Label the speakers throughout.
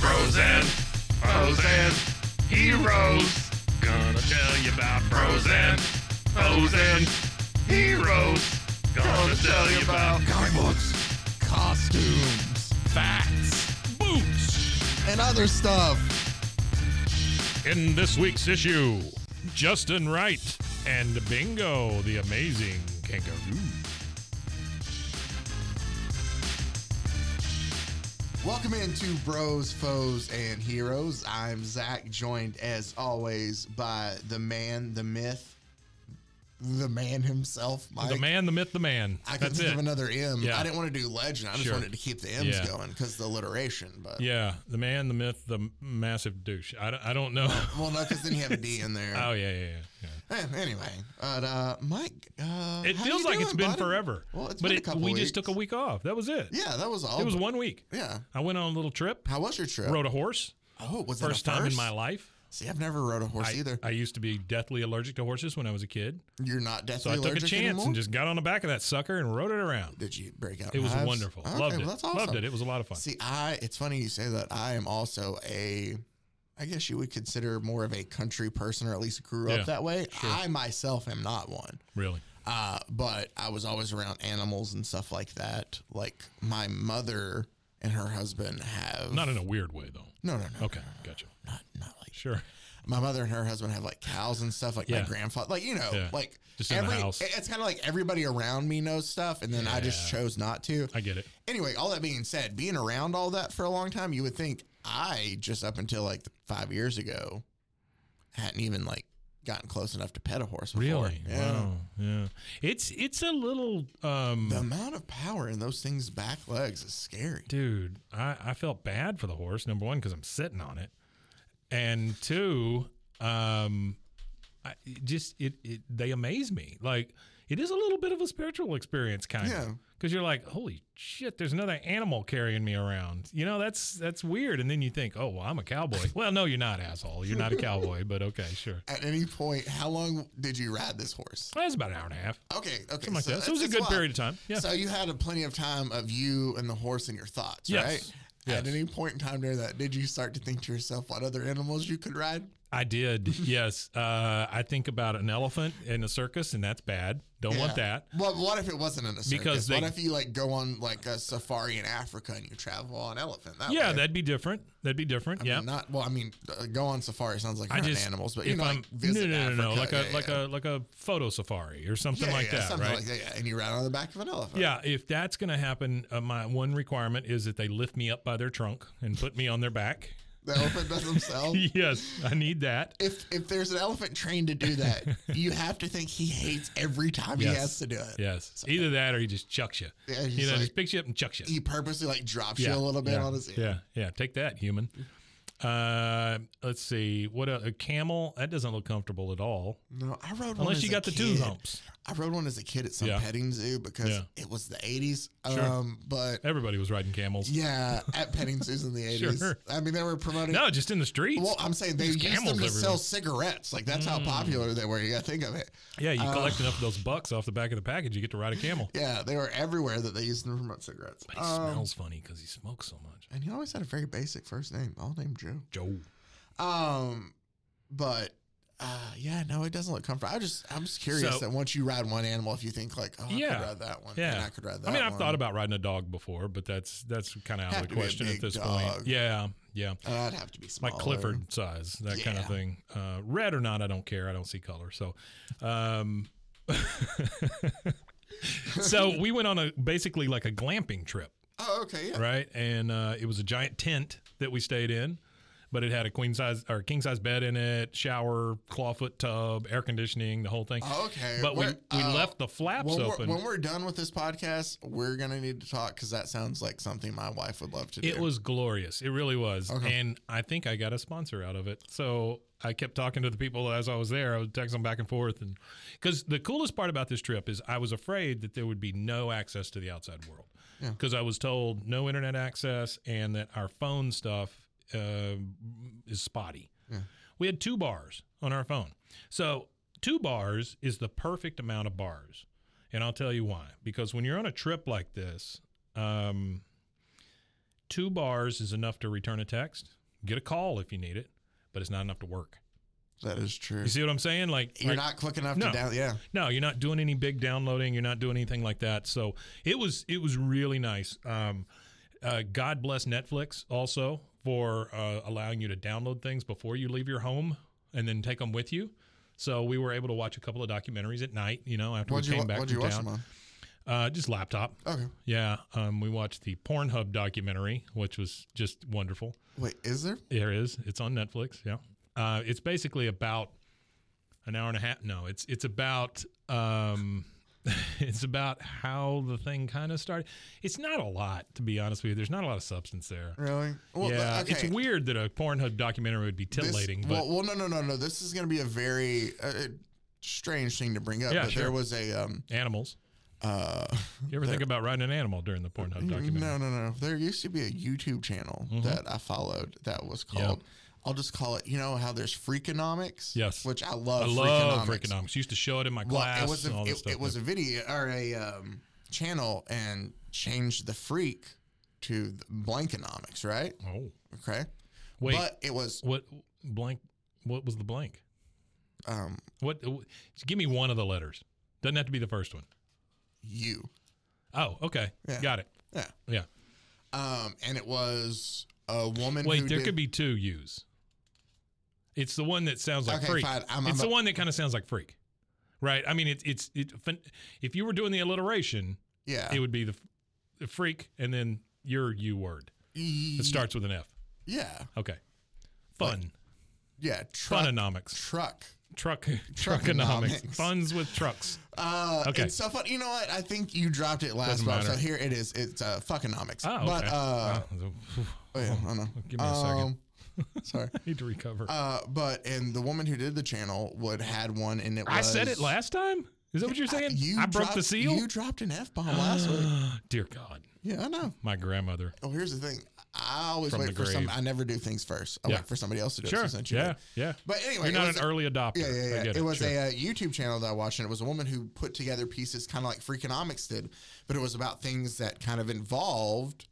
Speaker 1: Frozen, frozen, heroes. Gonna tell you about frozen, frozen, heroes. Gonna tell you about
Speaker 2: comic books, costumes,
Speaker 1: facts
Speaker 2: boots, and other stuff.
Speaker 1: in this week's issue. Justin Wright and Bingo, the amazing kangaroo.
Speaker 2: Welcome into Bros, Foes, and Heroes. I'm Zach, joined as always by the man, the myth, the man himself, Mike.
Speaker 1: The man, the myth, the man.
Speaker 2: I could
Speaker 1: That's
Speaker 2: think
Speaker 1: it.
Speaker 2: of another M.
Speaker 1: Yeah.
Speaker 2: I didn't want to do legend. I just
Speaker 1: Sure.
Speaker 2: wanted to keep the M's
Speaker 1: Yeah.
Speaker 2: going because the alliteration. But
Speaker 1: yeah, the man, the myth, the m- massive douche. I, don't- I don't know.
Speaker 2: well, no, because then you have a D in there.
Speaker 1: Oh yeah, yeah, yeah. yeah.
Speaker 2: Eh, Anyway, but uh, Mike, uh,
Speaker 1: It
Speaker 2: how
Speaker 1: feels
Speaker 2: you
Speaker 1: like it's
Speaker 2: doing,
Speaker 1: been
Speaker 2: buddy?
Speaker 1: forever.
Speaker 2: Well, it's
Speaker 1: but
Speaker 2: been a
Speaker 1: it,
Speaker 2: couple
Speaker 1: we just
Speaker 2: weeks.
Speaker 1: took a week off. That was it.
Speaker 2: Yeah, that was all.
Speaker 1: It was
Speaker 2: but-
Speaker 1: one week.
Speaker 2: Yeah.
Speaker 1: I went on a little trip.
Speaker 2: How uh, was your trip?
Speaker 1: Rode a horse.
Speaker 2: oh, was
Speaker 1: First
Speaker 2: that a
Speaker 1: time in
Speaker 2: first?
Speaker 1: my life.
Speaker 2: See, I've never rode a horse
Speaker 1: I,
Speaker 2: either.
Speaker 1: I used to be deathly allergic to horses when I was a kid.
Speaker 2: You're not deathly
Speaker 1: So I took a
Speaker 2: allergic
Speaker 1: chance
Speaker 2: anymore?
Speaker 1: and just got on the back of that sucker and rode it around.
Speaker 2: Did you break out?
Speaker 1: It was
Speaker 2: hives?
Speaker 1: wonderful.
Speaker 2: Okay,
Speaker 1: Loved
Speaker 2: well,
Speaker 1: it.
Speaker 2: that's awesome.
Speaker 1: Loved it. It was a lot of fun.
Speaker 2: See, I. It's funny you say that. I am also a. I guess you would consider more of a country person, or at least grew
Speaker 1: Yeah,
Speaker 2: up that way. I myself am not one,
Speaker 1: really.
Speaker 2: uh, but I was always around animals and stuff like that. Like my mother and her husband have
Speaker 1: Not in a weird way though.
Speaker 2: no, no, no,
Speaker 1: Okay, gotcha.
Speaker 2: not not like
Speaker 1: Sure.
Speaker 2: my mother and her husband have like cows and stuff like
Speaker 1: Yeah.
Speaker 2: my grandfather like you know
Speaker 1: Yeah.
Speaker 2: like
Speaker 1: Just in the
Speaker 2: every-
Speaker 1: house.
Speaker 2: it's kind of like everybody around me knows stuff and then i just
Speaker 1: Yeah.
Speaker 2: chose not to
Speaker 1: I get it.
Speaker 2: anyway all that being said being around all that for a long time you would think i just up until like five years ago hadn't even like gotten close enough to pet a horse before.
Speaker 1: Really?
Speaker 2: yeah
Speaker 1: Wow. Yeah. It's it's a little um
Speaker 2: the amount of power in those things back legs is scary
Speaker 1: dude, I, I felt bad for the horse. Number one, because I'm sitting on it, and two, um, I it just it, it they amaze me. Like it is a little bit of a spiritual experience, kind of.
Speaker 2: Yeah.
Speaker 1: Because you're like, holy shit, there's another animal carrying me around. You know, that's that's weird. And then you think, oh, well, I'm a cowboy. well, no, you're not, asshole. You're not a cowboy, but okay, sure.
Speaker 2: at any point how long did you ride this horse
Speaker 1: That's about an hour and a half,
Speaker 2: okay okay
Speaker 1: something like that. So it was a
Speaker 2: it's
Speaker 1: good
Speaker 2: wild.
Speaker 1: period of time. Yeah.
Speaker 2: So you had a plenty of time of you and the horse and your thoughts,
Speaker 1: Yes.
Speaker 2: right?
Speaker 1: Yes.
Speaker 2: At any point in time during that, did you start to think to yourself what other animals you could ride?
Speaker 1: I did, yes. Uh, I think about an elephant in a circus, and that's bad. Don't want
Speaker 2: Yeah.
Speaker 1: that.
Speaker 2: Well, what if it wasn't in a circus?
Speaker 1: Because they-
Speaker 2: what if you like go on like a safari in Africa and you travel on elephant? That
Speaker 1: Yeah,
Speaker 2: way?
Speaker 1: that'd be different. That'd be different.
Speaker 2: I mean,
Speaker 1: yeah.
Speaker 2: Not well. I mean, uh, go on safari sounds like
Speaker 1: I
Speaker 2: hunting
Speaker 1: just
Speaker 2: animals, but you
Speaker 1: if
Speaker 2: know,
Speaker 1: I'm-
Speaker 2: like visit
Speaker 1: no, no, no,
Speaker 2: Africa,
Speaker 1: no, like a
Speaker 2: yeah,
Speaker 1: like
Speaker 2: yeah.
Speaker 1: a like a photo safari or something
Speaker 2: Yeah,
Speaker 1: like
Speaker 2: yeah,
Speaker 1: that,
Speaker 2: something
Speaker 1: right?
Speaker 2: like that, yeah. And you ride on the back of an elephant.
Speaker 1: yeah, if that's going to happen, uh, my one requirement is that they lift me up by their trunk and put me on their back.
Speaker 2: the elephant does himself.
Speaker 1: yes, I need that.
Speaker 2: If if there's an elephant trained to do that, you have to think he hates every time
Speaker 1: Yes.
Speaker 2: he has to do it.
Speaker 1: Yes, either that or he just chucks you.
Speaker 2: Yeah, he's
Speaker 1: you know,
Speaker 2: like-
Speaker 1: just picks you up and chucks you.
Speaker 2: he purposely like drops
Speaker 1: yeah,
Speaker 2: you a little bit
Speaker 1: yeah,
Speaker 2: on his
Speaker 1: Yeah, yeah. Take that, human. Uh, let's see. What a, a camel? That doesn't look comfortable at all.
Speaker 2: No, I rode one
Speaker 1: Unless
Speaker 2: as
Speaker 1: you
Speaker 2: a
Speaker 1: got the two
Speaker 2: kid.
Speaker 1: humps.
Speaker 2: I rode one as a kid at some
Speaker 1: Yeah.
Speaker 2: petting zoo because
Speaker 1: Yeah.
Speaker 2: it was the eighties.
Speaker 1: Sure.
Speaker 2: Um, but
Speaker 1: Everybody was riding camels.
Speaker 2: yeah, at petting zoos in the eighties.
Speaker 1: Sure.
Speaker 2: I mean, they were promoting.
Speaker 1: No, just in the streets.
Speaker 2: Well, I'm saying they
Speaker 1: There's
Speaker 2: used them to
Speaker 1: camels everywhere. Mm.
Speaker 2: sell cigarettes. Like that's how popular they were. You got to think of it.
Speaker 1: Yeah,
Speaker 2: uh,
Speaker 1: you collect enough of those bucks off the back of the package, you get to ride a camel.
Speaker 2: Yeah, they were everywhere that they used them to promote cigarettes.
Speaker 1: But he
Speaker 2: Um,
Speaker 1: smells funny because he smokes so much.
Speaker 2: and he always had a very basic first name, all named Joe.
Speaker 1: Joe.
Speaker 2: Um, but uh, yeah, no, it doesn't look comfortable. I just, I'm just curious
Speaker 1: So-
Speaker 2: that once you ride one animal, if you think like, oh, I
Speaker 1: Yeah.
Speaker 2: could ride that one,
Speaker 1: Yeah.
Speaker 2: and I could ride that.
Speaker 1: I mean, I've
Speaker 2: one.
Speaker 1: thought about riding a dog before, but that's that's kind of out
Speaker 2: Have
Speaker 1: of the
Speaker 2: to be a
Speaker 1: question at
Speaker 2: big
Speaker 1: this
Speaker 2: dog.
Speaker 1: point. Yeah, yeah.
Speaker 2: Uh, I'd have to be
Speaker 1: Like
Speaker 2: smaller.
Speaker 1: Clifford size, that kind of
Speaker 2: Yeah.
Speaker 1: thing. Uh, red or not, I don't care. I don't see color. So, um, so we went on a basically like a glamping trip.
Speaker 2: Oh, okay, yeah.
Speaker 1: right? And uh, it was a giant tent that we stayed in. but it had a queen size or king size bed in it, shower, clawfoot tub, air conditioning, the whole thing.
Speaker 2: Okay,
Speaker 1: But we, we
Speaker 2: we're- Oh, uh,
Speaker 1: left the flaps
Speaker 2: When we're,
Speaker 1: open.
Speaker 2: when we're done with this podcast, we're gonna need to talk because that sounds like something my wife would love to do.
Speaker 1: It was glorious. It really was.
Speaker 2: Okay.
Speaker 1: And I think I got a sponsor out of it. So I kept talking to the people as I was there. I would text them back and forth. And because the coolest part about this trip is I was afraid that there would be no access to the outside world
Speaker 2: Yeah.
Speaker 1: because I was told no internet access and that our phone stuff uh, is spotty.
Speaker 2: Yeah.
Speaker 1: We had two bars on our phone. So two bars is the perfect amount of bars. And I'll tell you why. Because when you're on a trip like this, um, two bars is enough to return a text, get a call if you need it, but it's not enough to work.
Speaker 2: that is true.
Speaker 1: You see what I'm saying? Like,
Speaker 2: You're
Speaker 1: like-
Speaker 2: not quick enough
Speaker 1: No.
Speaker 2: to down. Yeah,
Speaker 1: no, you're not doing any big downloading. You're not doing anything like that. So it was it was really nice. Um, uh, God bless Netflix also for uh, allowing you to download things before you leave your home and then take them with you. So we were able to watch a couple of documentaries at night. You know, after
Speaker 2: what'd
Speaker 1: we
Speaker 2: you
Speaker 1: came
Speaker 2: wa-
Speaker 1: back
Speaker 2: what'd
Speaker 1: from
Speaker 2: you watch
Speaker 1: town,
Speaker 2: them on?
Speaker 1: uh, just laptop.
Speaker 2: Okay,
Speaker 1: Yeah, um, we watched the Pornhub documentary, which was just wonderful.
Speaker 2: wait, is there?
Speaker 1: There is. It's on Netflix. Yeah. Uh, it's basically about an hour and a half. No, it's it's about um, it's about how the thing kind of started. It's not a lot, to be honest with you. There's not a lot of substance there.
Speaker 2: Really? Well,
Speaker 1: yeah,
Speaker 2: okay.
Speaker 1: it's weird that a Pornhub documentary would be
Speaker 2: This-
Speaker 1: titillating, but
Speaker 2: well, well, no, no, no, no. This is gonna be a very uh, uh, strange thing to bring up.
Speaker 1: Yeah,
Speaker 2: but
Speaker 1: sure.
Speaker 2: there was a um
Speaker 1: animals.
Speaker 2: uh
Speaker 1: You ever think about riding an animal during the Pornhub documentary?
Speaker 2: Mm,
Speaker 1: Mm-hmm.
Speaker 2: no, no, no. There used to be a YouTube channel that I followed that was called. I'll just call it. You know how there's Freakonomics.
Speaker 1: Yes.
Speaker 2: which I love.
Speaker 1: I love
Speaker 2: Freakonomics.
Speaker 1: Freakonomics. Used to show it in my
Speaker 2: Well,
Speaker 1: class.
Speaker 2: it was
Speaker 1: and
Speaker 2: a,
Speaker 1: all this
Speaker 2: it,
Speaker 1: stuff.
Speaker 2: it was a video or a um, channel and changed the freak to the Blankonomics, right?
Speaker 1: oh,
Speaker 2: Okay.
Speaker 1: wait.
Speaker 2: But it was
Speaker 1: What blank? What was the blank?
Speaker 2: um,
Speaker 1: What? w- Give me one of the letters. Doesn't have to be the first one.
Speaker 2: you.
Speaker 1: Oh, okay.
Speaker 2: Yeah.
Speaker 1: Got it.
Speaker 2: Yeah.
Speaker 1: Yeah.
Speaker 2: Um, and it was a woman.
Speaker 1: Wait,
Speaker 2: who
Speaker 1: there
Speaker 2: did-
Speaker 1: could be two U's. It's the one that sounds like
Speaker 2: Okay,
Speaker 1: freak.
Speaker 2: fine. I'm-
Speaker 1: it's
Speaker 2: I'm
Speaker 1: the
Speaker 2: a-
Speaker 1: one that kind of sounds like freak, right? I mean, it's it's it. fin- If you were doing the alliteration,
Speaker 2: Yeah.
Speaker 1: it would be the, f- the freak and then your U word. It starts with an F.
Speaker 2: Yeah.
Speaker 1: Okay. Fun.
Speaker 2: Yeah. Truck.
Speaker 1: Funonomics.
Speaker 2: Truck.
Speaker 1: Truck. Truckonomics.
Speaker 2: Truckonomics.
Speaker 1: Funs with trucks.
Speaker 2: Uh,
Speaker 1: Okay.
Speaker 2: okay. It's so fun. You know what? I think you dropped it last
Speaker 1: Doesn't
Speaker 2: month. So
Speaker 1: matter.
Speaker 2: here it is. It's uh, fuckonomics.
Speaker 1: Oh, okay.
Speaker 2: But uh,
Speaker 1: Wow.
Speaker 2: oh, yeah, I don't know.
Speaker 1: Give me a second.
Speaker 2: Um, sorry.
Speaker 1: need to recover.
Speaker 2: Uh, but and the woman who did the channel would had one, and it.
Speaker 1: I said
Speaker 2: was-
Speaker 1: it last time. Is that what you're saying?
Speaker 2: You
Speaker 1: I broke the
Speaker 2: dropped-
Speaker 1: seal.
Speaker 2: You dropped an f bomb last week.
Speaker 1: Dear God,
Speaker 2: Yeah, I know.
Speaker 1: my grandmother.
Speaker 2: Oh, here's the thing. I always
Speaker 1: From
Speaker 2: wait
Speaker 1: the
Speaker 2: for some.
Speaker 1: grave.
Speaker 2: I never do things first. I
Speaker 1: Yeah.
Speaker 2: wait for somebody else to do
Speaker 1: Sure.
Speaker 2: it. essentially.
Speaker 1: Yeah. Yeah.
Speaker 2: But anyway,
Speaker 1: You're
Speaker 2: it
Speaker 1: not
Speaker 2: was
Speaker 1: an
Speaker 2: a-
Speaker 1: early adopter.
Speaker 2: Yeah, yeah,
Speaker 1: I
Speaker 2: yeah.
Speaker 1: get
Speaker 2: It, was
Speaker 1: Sure.
Speaker 2: a uh, YouTube channel that I watched, and it was a woman who put together pieces, kind of like Freakonomics did, but it was about things that kind of involved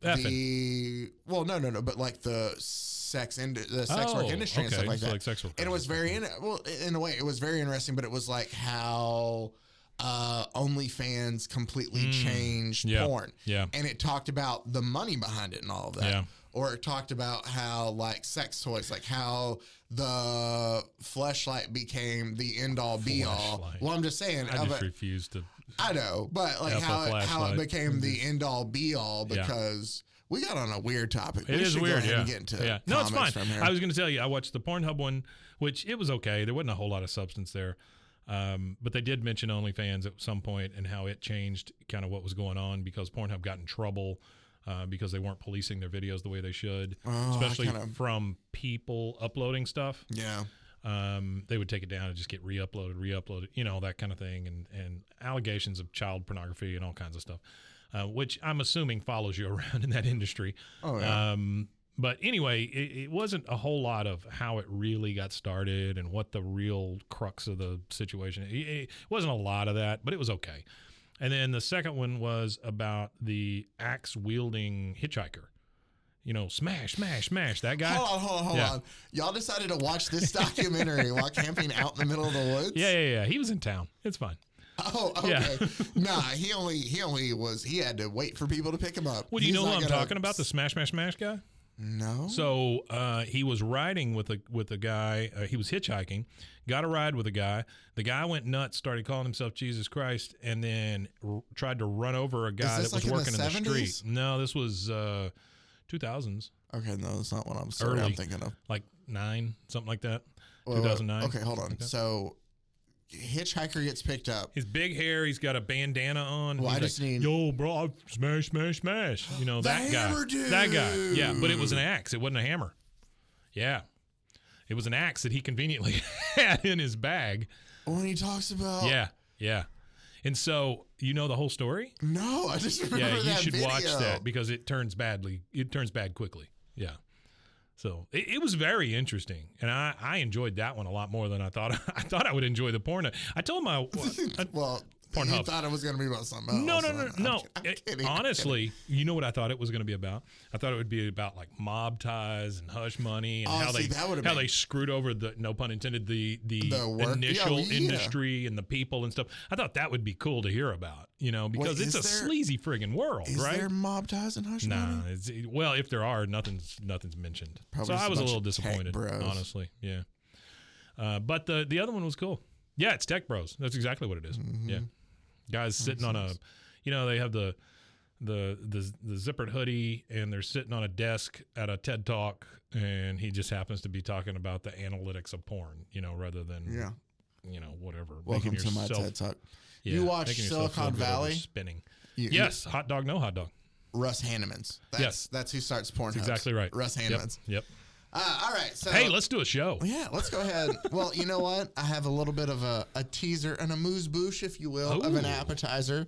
Speaker 2: the well, no, no, no, but like the sex ind- the sex
Speaker 1: Oh,
Speaker 2: work industry and
Speaker 1: okay.
Speaker 2: stuff like
Speaker 1: So,
Speaker 2: that.
Speaker 1: like, sexual
Speaker 2: and it was very in, well, in a way, it was very interesting, but it was like how uh OnlyFans completely changed
Speaker 1: Mm. Yeah.
Speaker 2: porn,
Speaker 1: Yeah.
Speaker 2: and it talked about the money behind it and all of that
Speaker 1: Yeah.
Speaker 2: or it talked about how like sex toys, like how the fleshlight became the end all be all.
Speaker 1: Fleshlight.
Speaker 2: Well, I'm just saying,
Speaker 1: I
Speaker 2: of
Speaker 1: just
Speaker 2: it-
Speaker 1: refuse to.
Speaker 2: I know, but like
Speaker 1: F a
Speaker 2: how it, how
Speaker 1: flashlight.
Speaker 2: it became the end all be all
Speaker 1: Mm-hmm. Yeah.
Speaker 2: because we got on a weird topic.
Speaker 1: It
Speaker 2: we
Speaker 1: is
Speaker 2: should
Speaker 1: weird.
Speaker 2: Go ahead
Speaker 1: yeah.
Speaker 2: and get into
Speaker 1: yeah. No, it's fine.
Speaker 2: comments From here.
Speaker 1: I was going to tell you, I watched the Pornhub one, which it was okay. There wasn't a whole lot of substance there. Um, but they did mention OnlyFans at some point and how it changed kind of what was going on because Pornhub got in trouble uh, because they weren't policing their videos the way they should,
Speaker 2: Oh, I
Speaker 1: especially
Speaker 2: kinda-
Speaker 1: from people uploading stuff.
Speaker 2: yeah.
Speaker 1: um, they would take it down and just get re-uploaded, re-uploaded, you know, that kind of thing, and and allegations of child pornography and all kinds of stuff, uh, which I'm assuming follows you around in that industry.
Speaker 2: Oh, yeah.
Speaker 1: Um, but anyway, it, it wasn't a whole lot of how it really got started and what the real crux of the situation. It, it wasn't a lot of that, but it was okay. And then the second one was about the axe wielding hitchhiker. You know, smash, smash, smash. That guy.
Speaker 2: Hold on, hold on, hold
Speaker 1: Yeah.
Speaker 2: on. Y'all decided to watch this documentary while camping out in the middle of the woods.
Speaker 1: Yeah, yeah, yeah. He was in town. It's fine.
Speaker 2: Oh, okay.
Speaker 1: Yeah.
Speaker 2: nah, he only he only was he had to wait for people to pick him up.
Speaker 1: Well, do you
Speaker 2: He's
Speaker 1: know who
Speaker 2: not
Speaker 1: I'm
Speaker 2: gonna- Hmm?
Speaker 1: talking about? The Smash Smash Smash guy.
Speaker 2: No.
Speaker 1: So uh, he was riding with a with a guy. Uh, he was hitchhiking, got a ride with a guy. The guy went nuts, started calling himself Jesus Christ, and then r- tried to run over a guy that
Speaker 2: this
Speaker 1: was
Speaker 2: like in the
Speaker 1: working in the, street.
Speaker 2: 70s?
Speaker 1: No, this was uh, 2000s.
Speaker 2: Okay, no, that's not what I'm sorry. I'm
Speaker 1: Early.
Speaker 2: thinking of.
Speaker 1: like nine, something like that.
Speaker 2: Wait, wait,
Speaker 1: 2009.
Speaker 2: Okay, hold on. So, hitchhiker gets picked up.
Speaker 1: His big hair, he's got a bandana on.
Speaker 2: Well,
Speaker 1: He's
Speaker 2: I just need-
Speaker 1: yo, bro, smash, smash, smash. You know
Speaker 2: The
Speaker 1: that guy,
Speaker 2: hammer
Speaker 1: that guy. Yeah, but it was an
Speaker 2: dude.
Speaker 1: axe. It wasn't a hammer. Yeah, it was an axe that he conveniently had in his bag.
Speaker 2: When he talks about
Speaker 1: Yeah, yeah. And so you know the whole story.
Speaker 2: no, I just remember
Speaker 1: yeah,
Speaker 2: that
Speaker 1: you should
Speaker 2: video.
Speaker 1: watch that because it turns badly. It turns bad quickly. Yeah. So it, it was very interesting, and I, I enjoyed that one a lot more than I thought. I thought I would enjoy the porno. I told my I-
Speaker 2: well, you
Speaker 1: Pornhub.
Speaker 2: thought it was going to be about something else.
Speaker 1: no, no,
Speaker 2: I'm-
Speaker 1: no,
Speaker 2: I'm
Speaker 1: no.
Speaker 2: kid- I'm
Speaker 1: It-
Speaker 2: kidding, I'm
Speaker 1: honestly, you know what I thought it was going to be about? I thought it would be about like mob ties and hush money and
Speaker 2: Oh,
Speaker 1: how
Speaker 2: see,
Speaker 1: they
Speaker 2: that
Speaker 1: how
Speaker 2: would've been-
Speaker 1: they screwed over the no pun intended the the,
Speaker 2: The work- yeah,
Speaker 1: initial
Speaker 2: well, yeah.
Speaker 1: industry and the people and stuff. I thought that would be cool to hear about, you know, because it's
Speaker 2: is
Speaker 1: a
Speaker 2: there-
Speaker 1: sleazy friggin' world,
Speaker 2: kidding. Is
Speaker 1: right?
Speaker 2: there mob ties in Hush
Speaker 1: Nah,
Speaker 2: Money?
Speaker 1: it's, it- well, if there are, nothing's nothing's mentioned.
Speaker 2: Probably
Speaker 1: so
Speaker 2: just
Speaker 1: I
Speaker 2: a
Speaker 1: was a
Speaker 2: bunch
Speaker 1: little
Speaker 2: of tech
Speaker 1: disappointed,
Speaker 2: bros.
Speaker 1: honestly. Yeah, uh, but the the other one was cool. Yeah, it's Tech Bros. That's exactly what it is.
Speaker 2: Mm-hmm.
Speaker 1: Yeah, guys sitting on a, you know, they have the the the the zippered hoodie and they're sitting on a desk at a TED Talk, and he just happens to be talking about the analytics of porn, you know, rather than
Speaker 2: Yeah.
Speaker 1: you know, whatever. making
Speaker 2: Welcome to my
Speaker 1: yourself-
Speaker 2: TED Talk.
Speaker 1: yeah,
Speaker 2: You watch
Speaker 1: making yourself feel
Speaker 2: Silicon
Speaker 1: good over
Speaker 2: Valley?
Speaker 1: spinning.
Speaker 2: You- you-
Speaker 1: Yes, hot dog, no hot dog.
Speaker 2: Russ Hanneman's. That's,
Speaker 1: Yes.
Speaker 2: that's who starts Pornhub.
Speaker 1: Exactly right.
Speaker 2: Russ
Speaker 1: Yep,
Speaker 2: Hanneman's.
Speaker 1: yep.
Speaker 2: Uh, all right. So
Speaker 1: Hey, let's do a show.
Speaker 2: yeah, let's go ahead. well, you know what? I have a little bit of a, a teaser and a moose bouche, if you will, of an
Speaker 1: Ooh.
Speaker 2: appetizer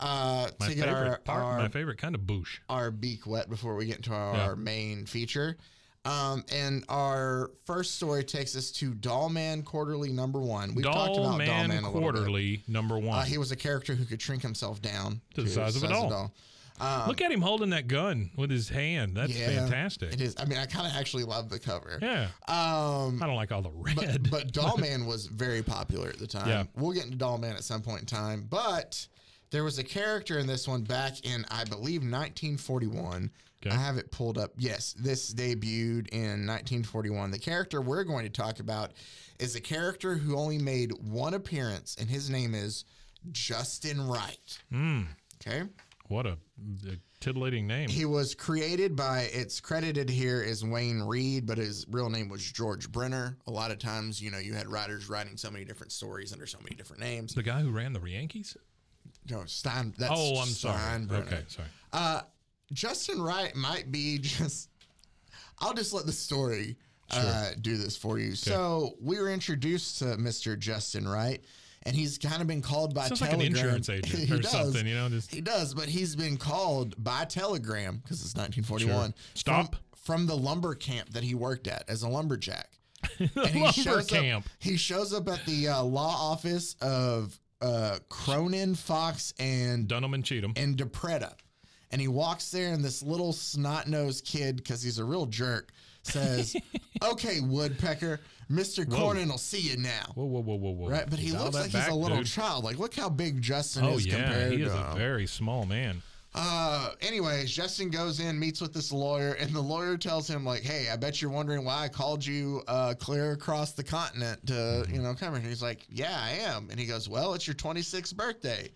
Speaker 2: uh,
Speaker 1: My
Speaker 2: to get
Speaker 1: favorite
Speaker 2: our
Speaker 1: part,
Speaker 2: our,
Speaker 1: my favorite kind of boosh.
Speaker 2: our beak wet before we get into our,
Speaker 1: Yeah.
Speaker 2: main feature. Um, and our first story takes us to Dollman Quarterly number one. We've talked
Speaker 1: Doll
Speaker 2: about
Speaker 1: Man
Speaker 2: Dollman a little bit.
Speaker 1: Quarterly number one.
Speaker 2: Uh, he was a character who could shrink himself down
Speaker 1: To the size of a doll.
Speaker 2: Um,
Speaker 1: Look at him holding that gun with his hand. That's
Speaker 2: yeah,
Speaker 1: fantastic.
Speaker 2: It is. I mean, I kind of actually love the cover.
Speaker 1: Yeah,
Speaker 2: Um,
Speaker 1: I don't like all the red.
Speaker 2: but, but Dollman was very popular at the time.
Speaker 1: Yeah.
Speaker 2: We'll get into Dollman at some point in time. But there was a character in this one back in, I believe, 1941.
Speaker 1: Okay.
Speaker 2: I have it pulled up. Yes, this debuted in 1941. The character we're going to talk about is a character who only made one appearance, and his name is Justin Wright.
Speaker 1: Mm,
Speaker 2: Okay.
Speaker 1: what a, a titillating name.
Speaker 2: He was created by, it's credited here as Wayne Reed, but his real name was George Brenner. A lot of times, you know, you had writers writing so many different stories under so many different names.
Speaker 1: the guy who ran the Yankees.
Speaker 2: No, Stein. That's
Speaker 1: Oh, I'm sorry.
Speaker 2: Steinbrenner.
Speaker 1: Okay, sorry.
Speaker 2: Uh, Justin Wright might be just. I'll just let the story uh, do this for you. So we were introduced to Mr. Justin Wright, and he's kind of been called by
Speaker 1: Sounds like an
Speaker 2: telegram.
Speaker 1: insurance agent
Speaker 2: He
Speaker 1: or
Speaker 2: does.
Speaker 1: something. You know, just
Speaker 2: He does, but he's been called by telegram because it's 1941.
Speaker 1: Stop.
Speaker 2: From, from the lumber camp that he worked at as a lumberjack. and he
Speaker 1: Lumber
Speaker 2: shows
Speaker 1: camp.
Speaker 2: Up, he shows up at the uh, law office of uh, Cronin, Fox, and
Speaker 1: Dunham and Cheatham.
Speaker 2: and Depretta. And he walks there, and this little snot nosed kid, because he's a real jerk, says, Okay, Woodpecker, Mr. Cornyn will see you now.
Speaker 1: Whoa, whoa, whoa, whoa, whoa!
Speaker 2: Right? But he
Speaker 1: Dial
Speaker 2: looks
Speaker 1: that
Speaker 2: like
Speaker 1: back,
Speaker 2: he's a little
Speaker 1: dude.
Speaker 2: child. Like, look how big Justin
Speaker 1: Oh
Speaker 2: is
Speaker 1: yeah,
Speaker 2: compared
Speaker 1: he is
Speaker 2: to
Speaker 1: a
Speaker 2: him.
Speaker 1: very small man.
Speaker 2: Uh, anyways, Justin goes in, meets with this lawyer, and the lawyer tells him, like, hey, I bet you're wondering why I called you uh, clear across the continent to,
Speaker 1: Mm-hmm.
Speaker 2: you know, come here. And he's like, yeah, I am. And he goes, well, it's your 26th birthday.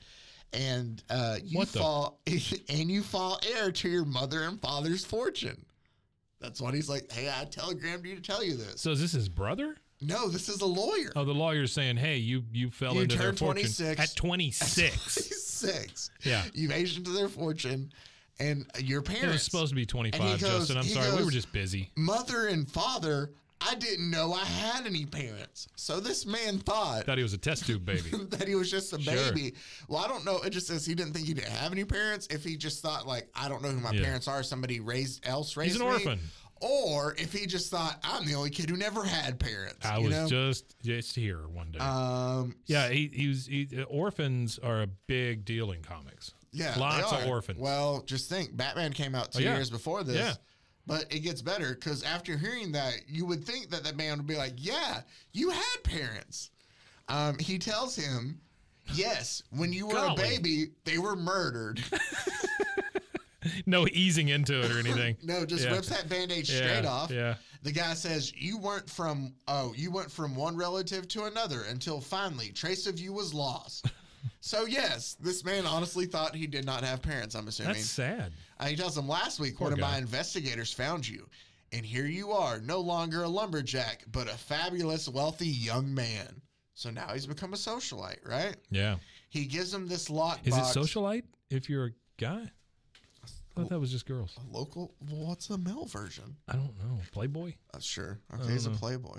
Speaker 2: And uh, you
Speaker 1: What the-
Speaker 2: fall and you fall heir to your mother and father's fortune. That's what he's like. Hey, I telegrammed you to tell you this.
Speaker 1: So is this his brother?
Speaker 2: No, this is a lawyer.
Speaker 1: Oh, the lawyer's saying, "Hey, you you fell
Speaker 2: You
Speaker 1: into their
Speaker 2: turned
Speaker 1: fortune
Speaker 2: 26.
Speaker 1: at 26."
Speaker 2: He's six.
Speaker 1: Yeah.
Speaker 2: you've aged into their fortune, and your parents.
Speaker 1: It was supposed to be 25,
Speaker 2: And he goes-
Speaker 1: Justin. I'm
Speaker 2: he
Speaker 1: sorry. we
Speaker 2: goes-
Speaker 1: were just busy.
Speaker 2: mother and father, I didn't know I had any parents. So this man thought
Speaker 1: Thought he was a test tube baby.
Speaker 2: that he was just a
Speaker 1: Sure.
Speaker 2: baby. Well, I don't know. It just says he didn't think he didn't have any parents. If he just thought like I don't know who my
Speaker 1: Yeah.
Speaker 2: parents are, somebody raised else raised
Speaker 1: He's an
Speaker 2: me.
Speaker 1: orphan.
Speaker 2: Or if he just thought I'm the only kid who never had parents.
Speaker 1: I
Speaker 2: you
Speaker 1: was
Speaker 2: know?
Speaker 1: just just here one day.
Speaker 2: um
Speaker 1: yeah, he, he was. He, uh, orphans are a big deal in comics.
Speaker 2: yeah, they
Speaker 1: lots of
Speaker 2: are.
Speaker 1: orphans.
Speaker 2: Well, just think, Batman came out two
Speaker 1: Oh, yeah.
Speaker 2: years before this.
Speaker 1: Yeah.
Speaker 2: But it gets better because after hearing that, you would think that that man would be like, "Yeah, you had parents." Um, he tells him, "Yes, when you were
Speaker 1: Golly.
Speaker 2: a baby, they were murdered."
Speaker 1: no easing into it or anything.
Speaker 2: no, just
Speaker 1: Yeah.
Speaker 2: rips that band-aid
Speaker 1: Yeah,
Speaker 2: straight off.
Speaker 1: Yeah,
Speaker 2: The guy says, "You weren't from oh, you went from one relative to another until finally trace of you was lost." So yes, this man honestly thought he did not have parents. I'm assuming.
Speaker 1: That's sad.
Speaker 2: Uh, he tells him last week
Speaker 1: Poor
Speaker 2: one of
Speaker 1: guy.
Speaker 2: my investigators found you, and here you are, no longer a lumberjack, but a fabulous, wealthy young man. So now he's become a socialite, right?
Speaker 1: Yeah.
Speaker 2: He gives him this lockbox.
Speaker 1: Is it socialite if you're a guy? I thought that was just girls.
Speaker 2: Local? Well, what's the male version?
Speaker 1: I don't know. Playboy?
Speaker 2: Uh, sure. Okay, he's a playboy.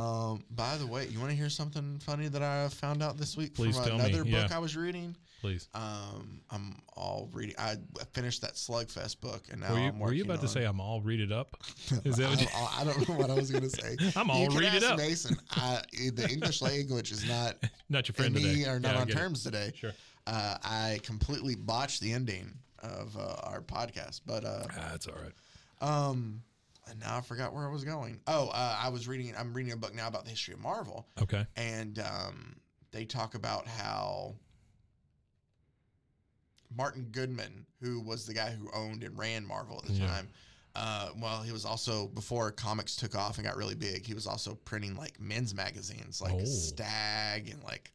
Speaker 2: um, by the way, you want to hear something funny that I found out this week
Speaker 1: Please
Speaker 2: from
Speaker 1: tell me,
Speaker 2: another book
Speaker 1: yeah.
Speaker 2: I was reading?
Speaker 1: Please.
Speaker 2: Um, I'm all reading. I finished that Slugfest book, and now
Speaker 1: were you,
Speaker 2: I'm
Speaker 1: were
Speaker 2: working.
Speaker 1: you about to
Speaker 2: on-
Speaker 1: say I'm all read it up? Is that what you,
Speaker 2: I, I don't know what I was going to say.
Speaker 1: I'm all
Speaker 2: you can
Speaker 1: read it
Speaker 2: ask
Speaker 1: up.
Speaker 2: Mason, I, the English language is not
Speaker 1: not your friend
Speaker 2: and
Speaker 1: today?
Speaker 2: me are not
Speaker 1: Yeah, I
Speaker 2: on
Speaker 1: get it.
Speaker 2: terms today.
Speaker 1: Sure.
Speaker 2: Uh, I completely botched the ending of uh, our podcast, but uh,
Speaker 1: Ah, that's all right.
Speaker 2: um, and now I forgot where I was going. Oh, uh, I was reading. I'm reading a book now about the history of Marvel,
Speaker 1: Okay.
Speaker 2: and um, they talk about how Martin Goodman, who was the guy who owned and ran Marvel at the
Speaker 1: Yeah.
Speaker 2: time, uh, well, he was also before comics took off and got really big. He was also printing like men's magazines, like
Speaker 1: Oh.
Speaker 2: Stag and like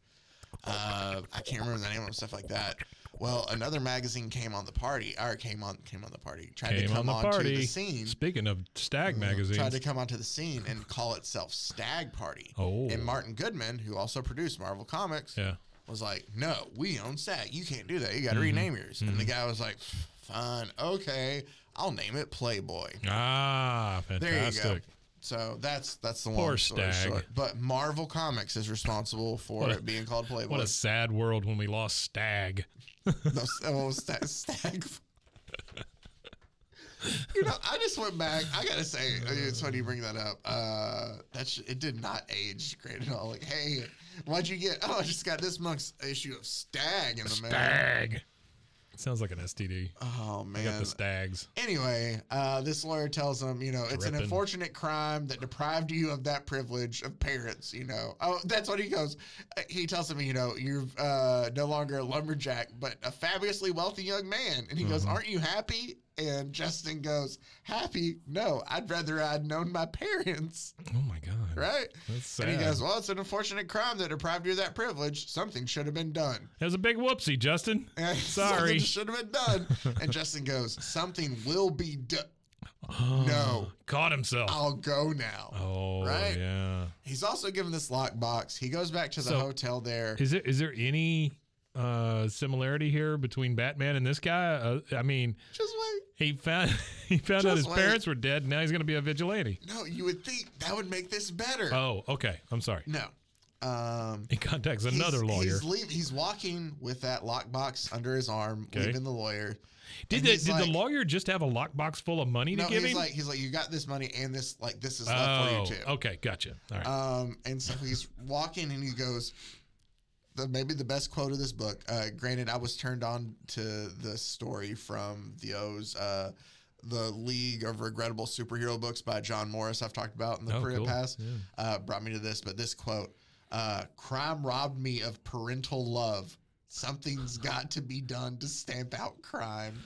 Speaker 2: uh, I can't remember the name of them, stuff like that. Well, another magazine came on the party, or came on came on the party, tried
Speaker 1: Came
Speaker 2: to
Speaker 1: on
Speaker 2: come
Speaker 1: the
Speaker 2: onto
Speaker 1: party.
Speaker 2: the scene. Mm,
Speaker 1: Speaking of Stag
Speaker 2: Tried
Speaker 1: magazines,
Speaker 2: to come onto the scene and call itself Stag Party.
Speaker 1: Oh.
Speaker 2: And Martin Goodman, who also produced Marvel Comics,
Speaker 1: yeah. Mm-hmm.
Speaker 2: was like, "No, we own Stag. You can't do that. You got to rename yours." And the guy was like, "Fine, okay, I'll name it Playboy."
Speaker 1: Ah,
Speaker 2: There
Speaker 1: fantastic.
Speaker 2: you go. So that's that's the long
Speaker 1: Poor
Speaker 2: story
Speaker 1: Stag.
Speaker 2: short. But Marvel Comics is responsible for
Speaker 1: What a-
Speaker 2: it being called Playboy.
Speaker 1: What a sad world when we lost Stag.
Speaker 2: No, s- oh, stag, stag. You know, I just went back. I gotta say, I mean, it's funny you bring that up. Uh, that sh- it did not age great at all. Like, hey, why'd you get? Oh, I just got this monk's issue of Stag in the mail.
Speaker 1: Stag. Sounds like an STD.
Speaker 2: Oh
Speaker 1: I got
Speaker 2: man.
Speaker 1: the Stags.
Speaker 2: Anyway, uh, this lawyer tells him, you know, it's an
Speaker 1: Dripping.
Speaker 2: unfortunate crime that deprived you of that privilege of parents. You know, oh, that's what he goes. Uh, He tells him, you know, you're uh, no longer a lumberjack, but a fabulously wealthy young man. And he goes,
Speaker 1: Mm-hmm.
Speaker 2: aren't you happy? And Justin goes, happy? No, I'd rather I'd known my parents,
Speaker 1: Oh my god.
Speaker 2: right?
Speaker 1: That's sad.
Speaker 2: And he goes, well, it's an unfortunate crime that deprived you of that privilege. Something should have been done.
Speaker 1: That was a big whoopsie, Justin.
Speaker 2: Something
Speaker 1: Sorry.
Speaker 2: should have been done. And Justin goes, something will be done. No.
Speaker 1: Caught himself.
Speaker 2: I'll go now.
Speaker 1: oh,
Speaker 2: right?
Speaker 1: yeah.
Speaker 2: He's also given this lockbox. He goes back to the
Speaker 1: So-
Speaker 2: hotel there.
Speaker 1: Is there is there any uh, similarity here between Batman and this guy? Uh, I mean,
Speaker 2: Just wait.
Speaker 1: he found he found out
Speaker 2: Just
Speaker 1: his
Speaker 2: wait.
Speaker 1: parents were dead. Now he's going to be a vigilante.
Speaker 2: No, you would think that would make this better.
Speaker 1: Oh, okay. I'm sorry.
Speaker 2: no. Um,
Speaker 1: He contacts another
Speaker 2: he's,
Speaker 1: lawyer.
Speaker 2: He's, leave, he's walking with that lockbox under his arm,
Speaker 1: Okay.
Speaker 2: leaving the lawyer.
Speaker 1: did
Speaker 2: and
Speaker 1: the,
Speaker 2: he's
Speaker 1: did
Speaker 2: like-
Speaker 1: the lawyer just have a lockbox full of money
Speaker 2: No,
Speaker 1: to give
Speaker 2: he's
Speaker 1: him?
Speaker 2: like, he's like, you got this money, and this, like, this is left
Speaker 1: oh,
Speaker 2: for you too.
Speaker 1: okay, gotcha. All right.
Speaker 2: Um, and so he's walking and he goes, the, maybe the best quote of this book. Uh, granted, I was turned on to the story from the O's, uh, the League of Regrettable Superhero Books by John Morris, I've talked about in the
Speaker 1: Oh,
Speaker 2: career
Speaker 1: cool.
Speaker 2: past,
Speaker 1: Yeah.
Speaker 2: uh, brought me to this. But this quote uh, crime robbed me of parental love. Something's got to be done to stamp out crime.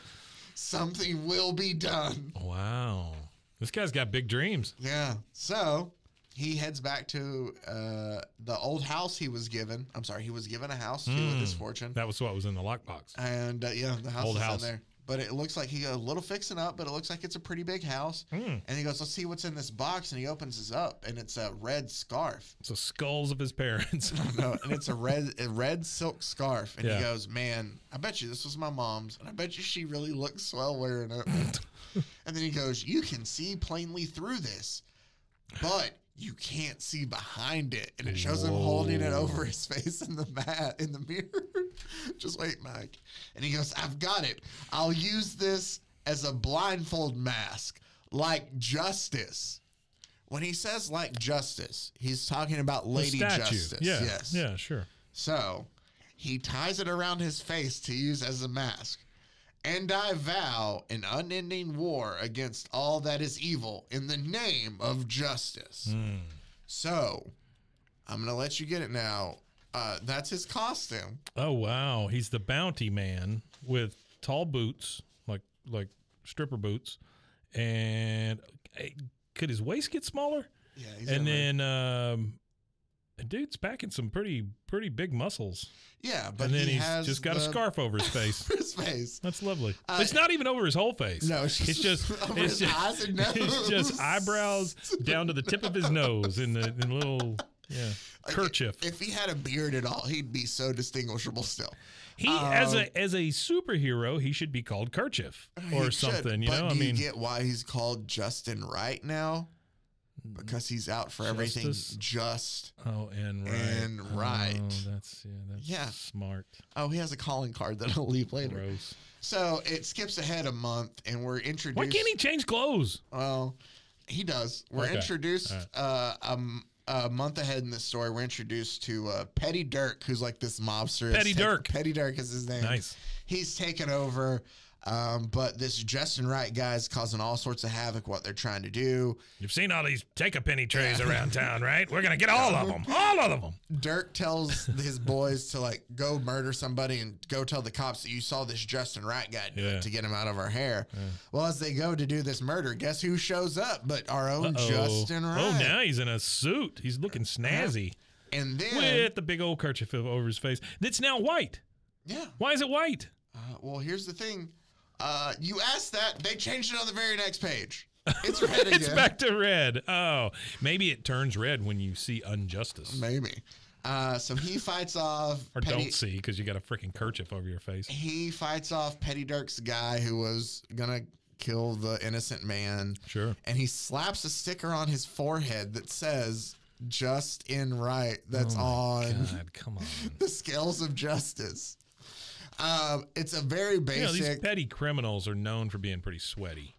Speaker 2: Something will be done.
Speaker 1: wow. This guy's got big dreams.
Speaker 2: Yeah. So he heads back to uh, the old house he was given. I'm sorry, he was given a house to with his fortune.
Speaker 1: Hmm. That was what was in the lockbox.
Speaker 2: and uh, yeah, the house
Speaker 1: Old
Speaker 2: is
Speaker 1: house.
Speaker 2: in there. But it looks like he got a little fixing up, but it looks like it's a pretty big house.
Speaker 1: Hmm.
Speaker 2: And he goes, "Let's see what's in this box." And he opens this up, and it's a red scarf.
Speaker 1: So skulls of his parents.
Speaker 2: No, and it's a red a red silk scarf. And
Speaker 1: Yeah.
Speaker 2: he goes, "Man, I bet you this was my mom's, and I bet you she really looked swell wearing it." and then he goes, "You can see plainly through this, but you can't see behind it." And it shows him holding it over his face in the mat in the mirror. Just wait, Mike. And he goes, "I've got it. I'll use this as a blindfold mask, like justice." When he says like justice, he's talking about
Speaker 1: The
Speaker 2: Lady
Speaker 1: statue.
Speaker 2: Justice.
Speaker 1: Yeah.
Speaker 2: Yes.
Speaker 1: Yeah. Sure.
Speaker 2: So he ties it around his face to use as a mask. And I vow an unending war against all that is evil in the name of justice.
Speaker 1: Hmm.
Speaker 2: So I'm going to let you get it now. Uh, that's his costume.
Speaker 1: Oh wow, he's the bounty man with tall boots, like like stripper boots, and eh, could his waist get smaller?
Speaker 2: Yeah. He's
Speaker 1: and
Speaker 2: in a-
Speaker 1: then um, the dude's packing some pretty pretty big muscles,
Speaker 2: Yeah, but
Speaker 1: and then
Speaker 2: he
Speaker 1: he's
Speaker 2: has
Speaker 1: just got a
Speaker 2: the-
Speaker 1: scarf over his face.
Speaker 2: His face.
Speaker 1: That's lovely.
Speaker 2: Uh,
Speaker 1: it's not even over his whole face.
Speaker 2: No, it's just,
Speaker 1: it's just
Speaker 2: over
Speaker 1: it's
Speaker 2: his
Speaker 1: just,
Speaker 2: eyes and nose.
Speaker 1: it's just eyebrows down to the tip of his nose in the in little yeah
Speaker 2: Like,
Speaker 1: kerchief.
Speaker 2: If he had a beard at all, he'd be so distinguishable still.
Speaker 1: He as a as a superhero, he should be called kerchief
Speaker 2: Um, Uh, He
Speaker 1: or
Speaker 2: should,
Speaker 1: something. you
Speaker 2: but
Speaker 1: know, I
Speaker 2: do you
Speaker 1: mean,
Speaker 2: get why he's called Justin right now? Because he's out for everything
Speaker 1: Justice?
Speaker 2: just.
Speaker 1: oh, and right,
Speaker 2: And right.
Speaker 1: Oh, that's yeah, that's
Speaker 2: Yeah.
Speaker 1: smart.
Speaker 2: Oh, he has a calling card that I'll leave later.
Speaker 1: Gross.
Speaker 2: So it skips ahead a month, and we're introduced.
Speaker 1: Why can't he change clothes?
Speaker 2: Well, he does. We're
Speaker 1: Okay.
Speaker 2: introduced
Speaker 1: All right.
Speaker 2: uh, um, a month ahead in this story. We're introduced to uh, Petty Dirk, who's like this mobster. It's
Speaker 1: Petty
Speaker 2: taken-
Speaker 1: Dirk.
Speaker 2: Petty Dirk is his name.
Speaker 1: Nice.
Speaker 2: He's taken over. Um, but this Justin Wright guy is causing all sorts of havoc. What they're trying to do,
Speaker 1: You've seen all these take a penny trays around town, right? We're gonna get all of them, all of them.
Speaker 2: Dirk tells his boys to like go murder somebody and go tell the cops that you saw this Justin Wright guy do
Speaker 1: Yeah.
Speaker 2: it to get him out of our hair. Well, as they go to do this murder, guess who shows up? But our own
Speaker 1: Uh-oh.
Speaker 2: Justin Wright.
Speaker 1: Oh, now he's in a suit. He's looking snazzy
Speaker 2: And then,
Speaker 1: with the big old kerchief over his face. That's now white.
Speaker 2: yeah.
Speaker 1: Why is it white?
Speaker 2: Uh, well, here's the thing. Uh, you asked that. They changed it on the very next page. It's red
Speaker 1: It's
Speaker 2: again.
Speaker 1: back to red. Oh, maybe it turns red when you see injustice.
Speaker 2: Maybe. Uh, so he fights off.
Speaker 1: Or
Speaker 2: Petty,
Speaker 1: don't see because you got a freaking kerchief over your face.
Speaker 2: He fights off Petty Dirk's guy who was gonna kill the innocent man,
Speaker 1: Sure.
Speaker 2: and he slaps a sticker on his forehead that says "Just in Right." That's on
Speaker 1: Oh God, come on.
Speaker 2: the scales of justice. Um, it's a very
Speaker 1: You know, these
Speaker 2: basic.
Speaker 1: petty criminals are known for being pretty sweaty.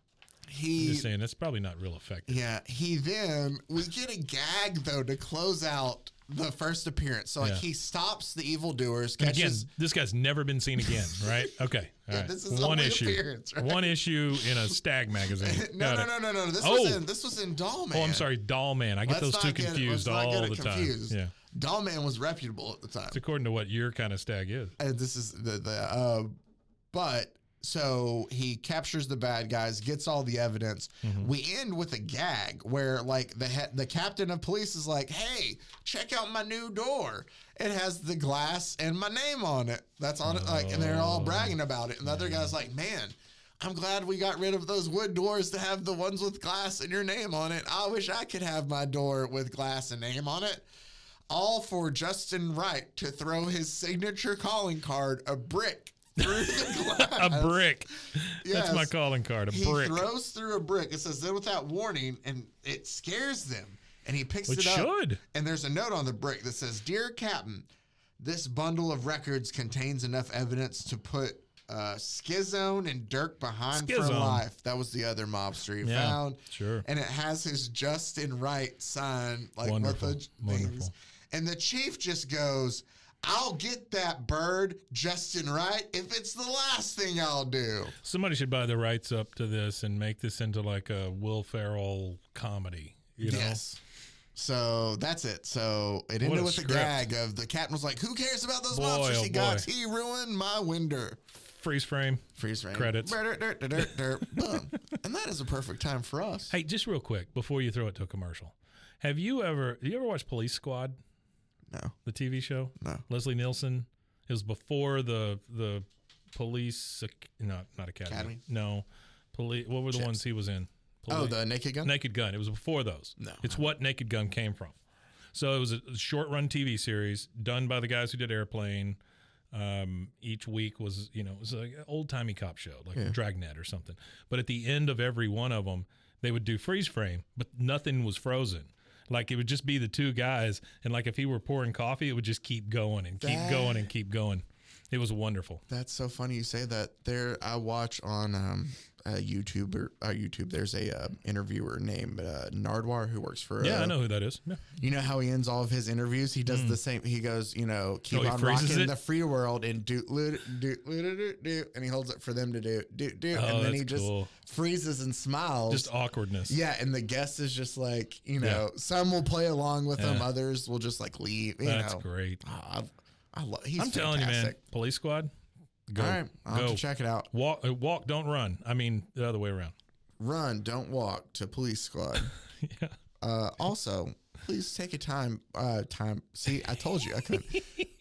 Speaker 1: I'm
Speaker 2: he
Speaker 1: just saying that's probably not real effective.
Speaker 2: Yeah, he then we get a gag though to close out the first appearance. So like
Speaker 1: Yeah.
Speaker 2: he stops the evildoers,
Speaker 1: And again,
Speaker 2: catches
Speaker 1: this guy's never been seen again, right? Okay. All
Speaker 2: Yeah,
Speaker 1: right.
Speaker 2: this is
Speaker 1: One
Speaker 2: only
Speaker 1: issue.
Speaker 2: appearance, right?
Speaker 1: One issue in a stag magazine.
Speaker 2: no,
Speaker 1: Got
Speaker 2: no,
Speaker 1: it.
Speaker 2: no, no, no, This
Speaker 1: Oh.
Speaker 2: was in this was in Dollman.
Speaker 1: Oh, I'm sorry, Doll Man. I get
Speaker 2: Let's
Speaker 1: those two
Speaker 2: not get-
Speaker 1: confused
Speaker 2: let's not
Speaker 1: all
Speaker 2: get
Speaker 1: the
Speaker 2: it confused.
Speaker 1: time. Yeah.
Speaker 2: Dollman was reputable at the time.
Speaker 1: It's according to what your kind of stag is.
Speaker 2: And this is the the uh, but so he captures the bad guys, gets all the evidence. We end with a gag where like the he- the captain of police is like, "Hey, check out my new door. It has the glass and my name on it. That's on it." Like, and they're all bragging about it. And the other guy's like, "Man." I'm glad we got rid of those wood doors to have the ones with glass and your name on it. I wish I could have my door with glass and name on it all for Justin Wright to throw his signature calling card, a brick, through the
Speaker 1: A
Speaker 2: glass.
Speaker 1: brick. That's my
Speaker 2: Yes.
Speaker 1: calling card. A
Speaker 2: He
Speaker 1: brick.
Speaker 2: throws through a brick. It says, then without warning, and it scares them. And he picks
Speaker 1: It
Speaker 2: it, up.
Speaker 1: should.
Speaker 2: And there's a note on the brick that says, Dear Captain, this bundle of records contains enough evidence to put uh, Schizone and Dirk behind for
Speaker 1: Schizone.
Speaker 2: life. That was the other mobster he
Speaker 1: Yeah,
Speaker 2: found.
Speaker 1: sure.
Speaker 2: And it has his Justin Wright sign, like
Speaker 1: Wonderful,
Speaker 2: what the j- things.
Speaker 1: wonderful.
Speaker 2: And the chief just goes, I'll get that bird, Justin Wright, if it's the last thing I'll do.
Speaker 1: Somebody should buy the rights up to this and make this into like a Will Ferrell comedy. You know,
Speaker 2: Yes. So that's it. So it
Speaker 1: What
Speaker 2: ended
Speaker 1: a
Speaker 2: with
Speaker 1: script.
Speaker 2: a gag of the captain was like, "Who cares about those
Speaker 1: Boy,
Speaker 2: monsters?
Speaker 1: oh
Speaker 2: He got
Speaker 1: boy.
Speaker 2: he ruined my winter."
Speaker 1: freeze frame.
Speaker 2: Freeze frame
Speaker 1: Credits.
Speaker 2: Dirt, dirt, dirt, dirt, dirt. Boom. And that is a perfect time for us.
Speaker 1: Hey, just real quick before you throw it to a commercial, have you ever you ever watched Police Squad,
Speaker 2: No,
Speaker 1: the TV show?
Speaker 2: no.
Speaker 1: Leslie Nielsen. It was before the the police. ac- No, not academy.
Speaker 2: Academy?
Speaker 1: No, police. What were the
Speaker 2: Chips.
Speaker 1: ones he was in?
Speaker 2: Oh,
Speaker 1: Poli-
Speaker 2: the naked gun.
Speaker 1: Naked Gun. It was before those.
Speaker 2: No.
Speaker 1: It's what Naked Gun came from. So it was a short run TV series done by the guys who did Airplane. Um, each week was, you know, it was like an old timey cop show, like Dragnet or something. But at the end of every one of them, they would do freeze frame, but nothing was frozen. Like it would just be the two guys, and like if he were pouring coffee, it would just keep going and keep
Speaker 2: That-
Speaker 1: going and keep going. It was wonderful.
Speaker 2: That's so funny you say that. There, I watch on um, uh, YouTube or uh, YouTube. There's a uh, interviewer named uh, Nardwar who works for.
Speaker 1: Yeah,
Speaker 2: uh,
Speaker 1: I know who that is. Yeah.
Speaker 2: You know how he ends all of his interviews? He does the same. He goes, you know, keep
Speaker 1: Oh, Hmm. he
Speaker 2: on
Speaker 1: freezes
Speaker 2: rocking
Speaker 1: it?
Speaker 2: the free world and do do do do do do, and he holds it for them to do do do,
Speaker 1: Oh,
Speaker 2: and then
Speaker 1: that's
Speaker 2: he just
Speaker 1: cool.
Speaker 2: freezes and smiles.
Speaker 1: Just awkwardness.
Speaker 2: yeah, and the guest is just like, you know, some will play along with him, others will just like leave. You
Speaker 1: That's
Speaker 2: know,
Speaker 1: great.
Speaker 2: Oh, I, I love. He's
Speaker 1: I'm telling you, man.
Speaker 2: fantastic.
Speaker 1: Police Squad. Go.
Speaker 2: All right, I'll have
Speaker 1: Go.
Speaker 2: to check it out.
Speaker 1: Walk, uh, walk, don't run. I mean, the other way around.
Speaker 2: Run, don't walk to police squad.
Speaker 1: yeah.
Speaker 2: Uh, also, please take a time uh time see i told you i couldn't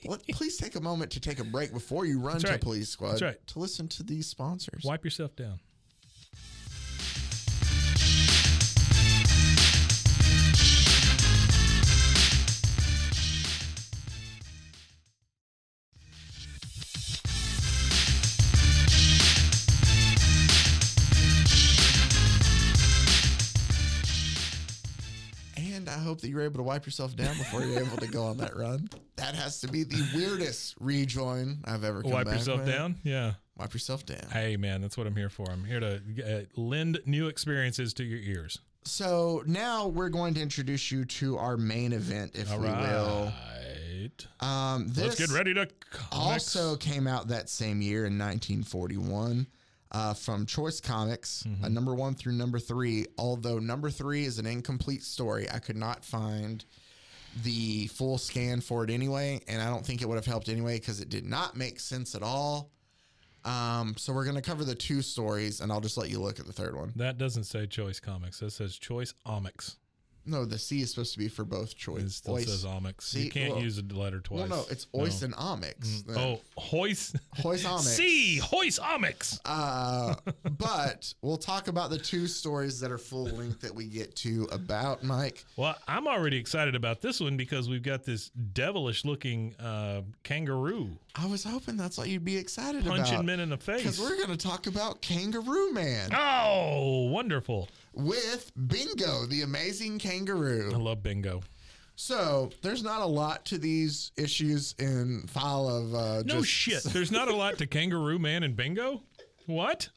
Speaker 2: Let- please take a moment to take a break before you run
Speaker 1: That's
Speaker 2: to
Speaker 1: right.
Speaker 2: police squad
Speaker 1: That's right.
Speaker 2: to listen to these sponsors
Speaker 1: Wipe yourself down.
Speaker 2: and i hope that you were able to wipe yourself down before you're able to go on that run that has to be the weirdest rejoin i've ever come
Speaker 1: Wipe
Speaker 2: back
Speaker 1: yourself
Speaker 2: with.
Speaker 1: down. Yeah.
Speaker 2: wipe yourself down
Speaker 1: Hey, man, that's what I'm here for. I'm here to uh, lend new experiences to your ears.
Speaker 2: so now we're going to introduce you to our main event if
Speaker 1: All
Speaker 2: we will
Speaker 1: right.
Speaker 2: um this
Speaker 1: Let's get ready to. Comics.
Speaker 2: also came out that same year in 1941 uh, from Choice Comics, uh,
Speaker 1: Mm-hmm.
Speaker 2: number one through number three. Although number three is an incomplete story, I could not find the full scan for it anyway, and I don't think it would have helped anyway because it did not make sense at all. Um, so we're going to cover the two stories, and I'll just let you look at the third one.
Speaker 1: That doesn't say Choice Comics. That says Choice Omics.
Speaker 2: No, the C is supposed to be for both
Speaker 1: It
Speaker 2: choice.
Speaker 1: still says Omics.
Speaker 2: See,
Speaker 1: you can't
Speaker 2: well-
Speaker 1: use a letter twice.
Speaker 2: Well, no, it's Ois and Omics. then.
Speaker 1: Oh, hoist.
Speaker 2: Hoisomics.
Speaker 1: C, hoisomics.
Speaker 2: Uh, but we'll talk about the two stories that are full length that we get to about Mike.
Speaker 1: Well, I'm already excited about this one because we've got this devilish looking uh, kangaroo
Speaker 2: I was hoping that's what you'd be excited
Speaker 1: punching
Speaker 2: about.
Speaker 1: men in the
Speaker 2: Because
Speaker 1: face.
Speaker 2: we're going to talk about Kangaroo Man
Speaker 1: Oh, wonderful.
Speaker 2: with Bingo, the amazing
Speaker 1: I
Speaker 2: kangaroo.
Speaker 1: love bingo.
Speaker 2: So there's not a lot to these issues in file of. Uh,
Speaker 1: No
Speaker 2: just-
Speaker 1: shit. There's not a lot to kangaroo man and bingo. What?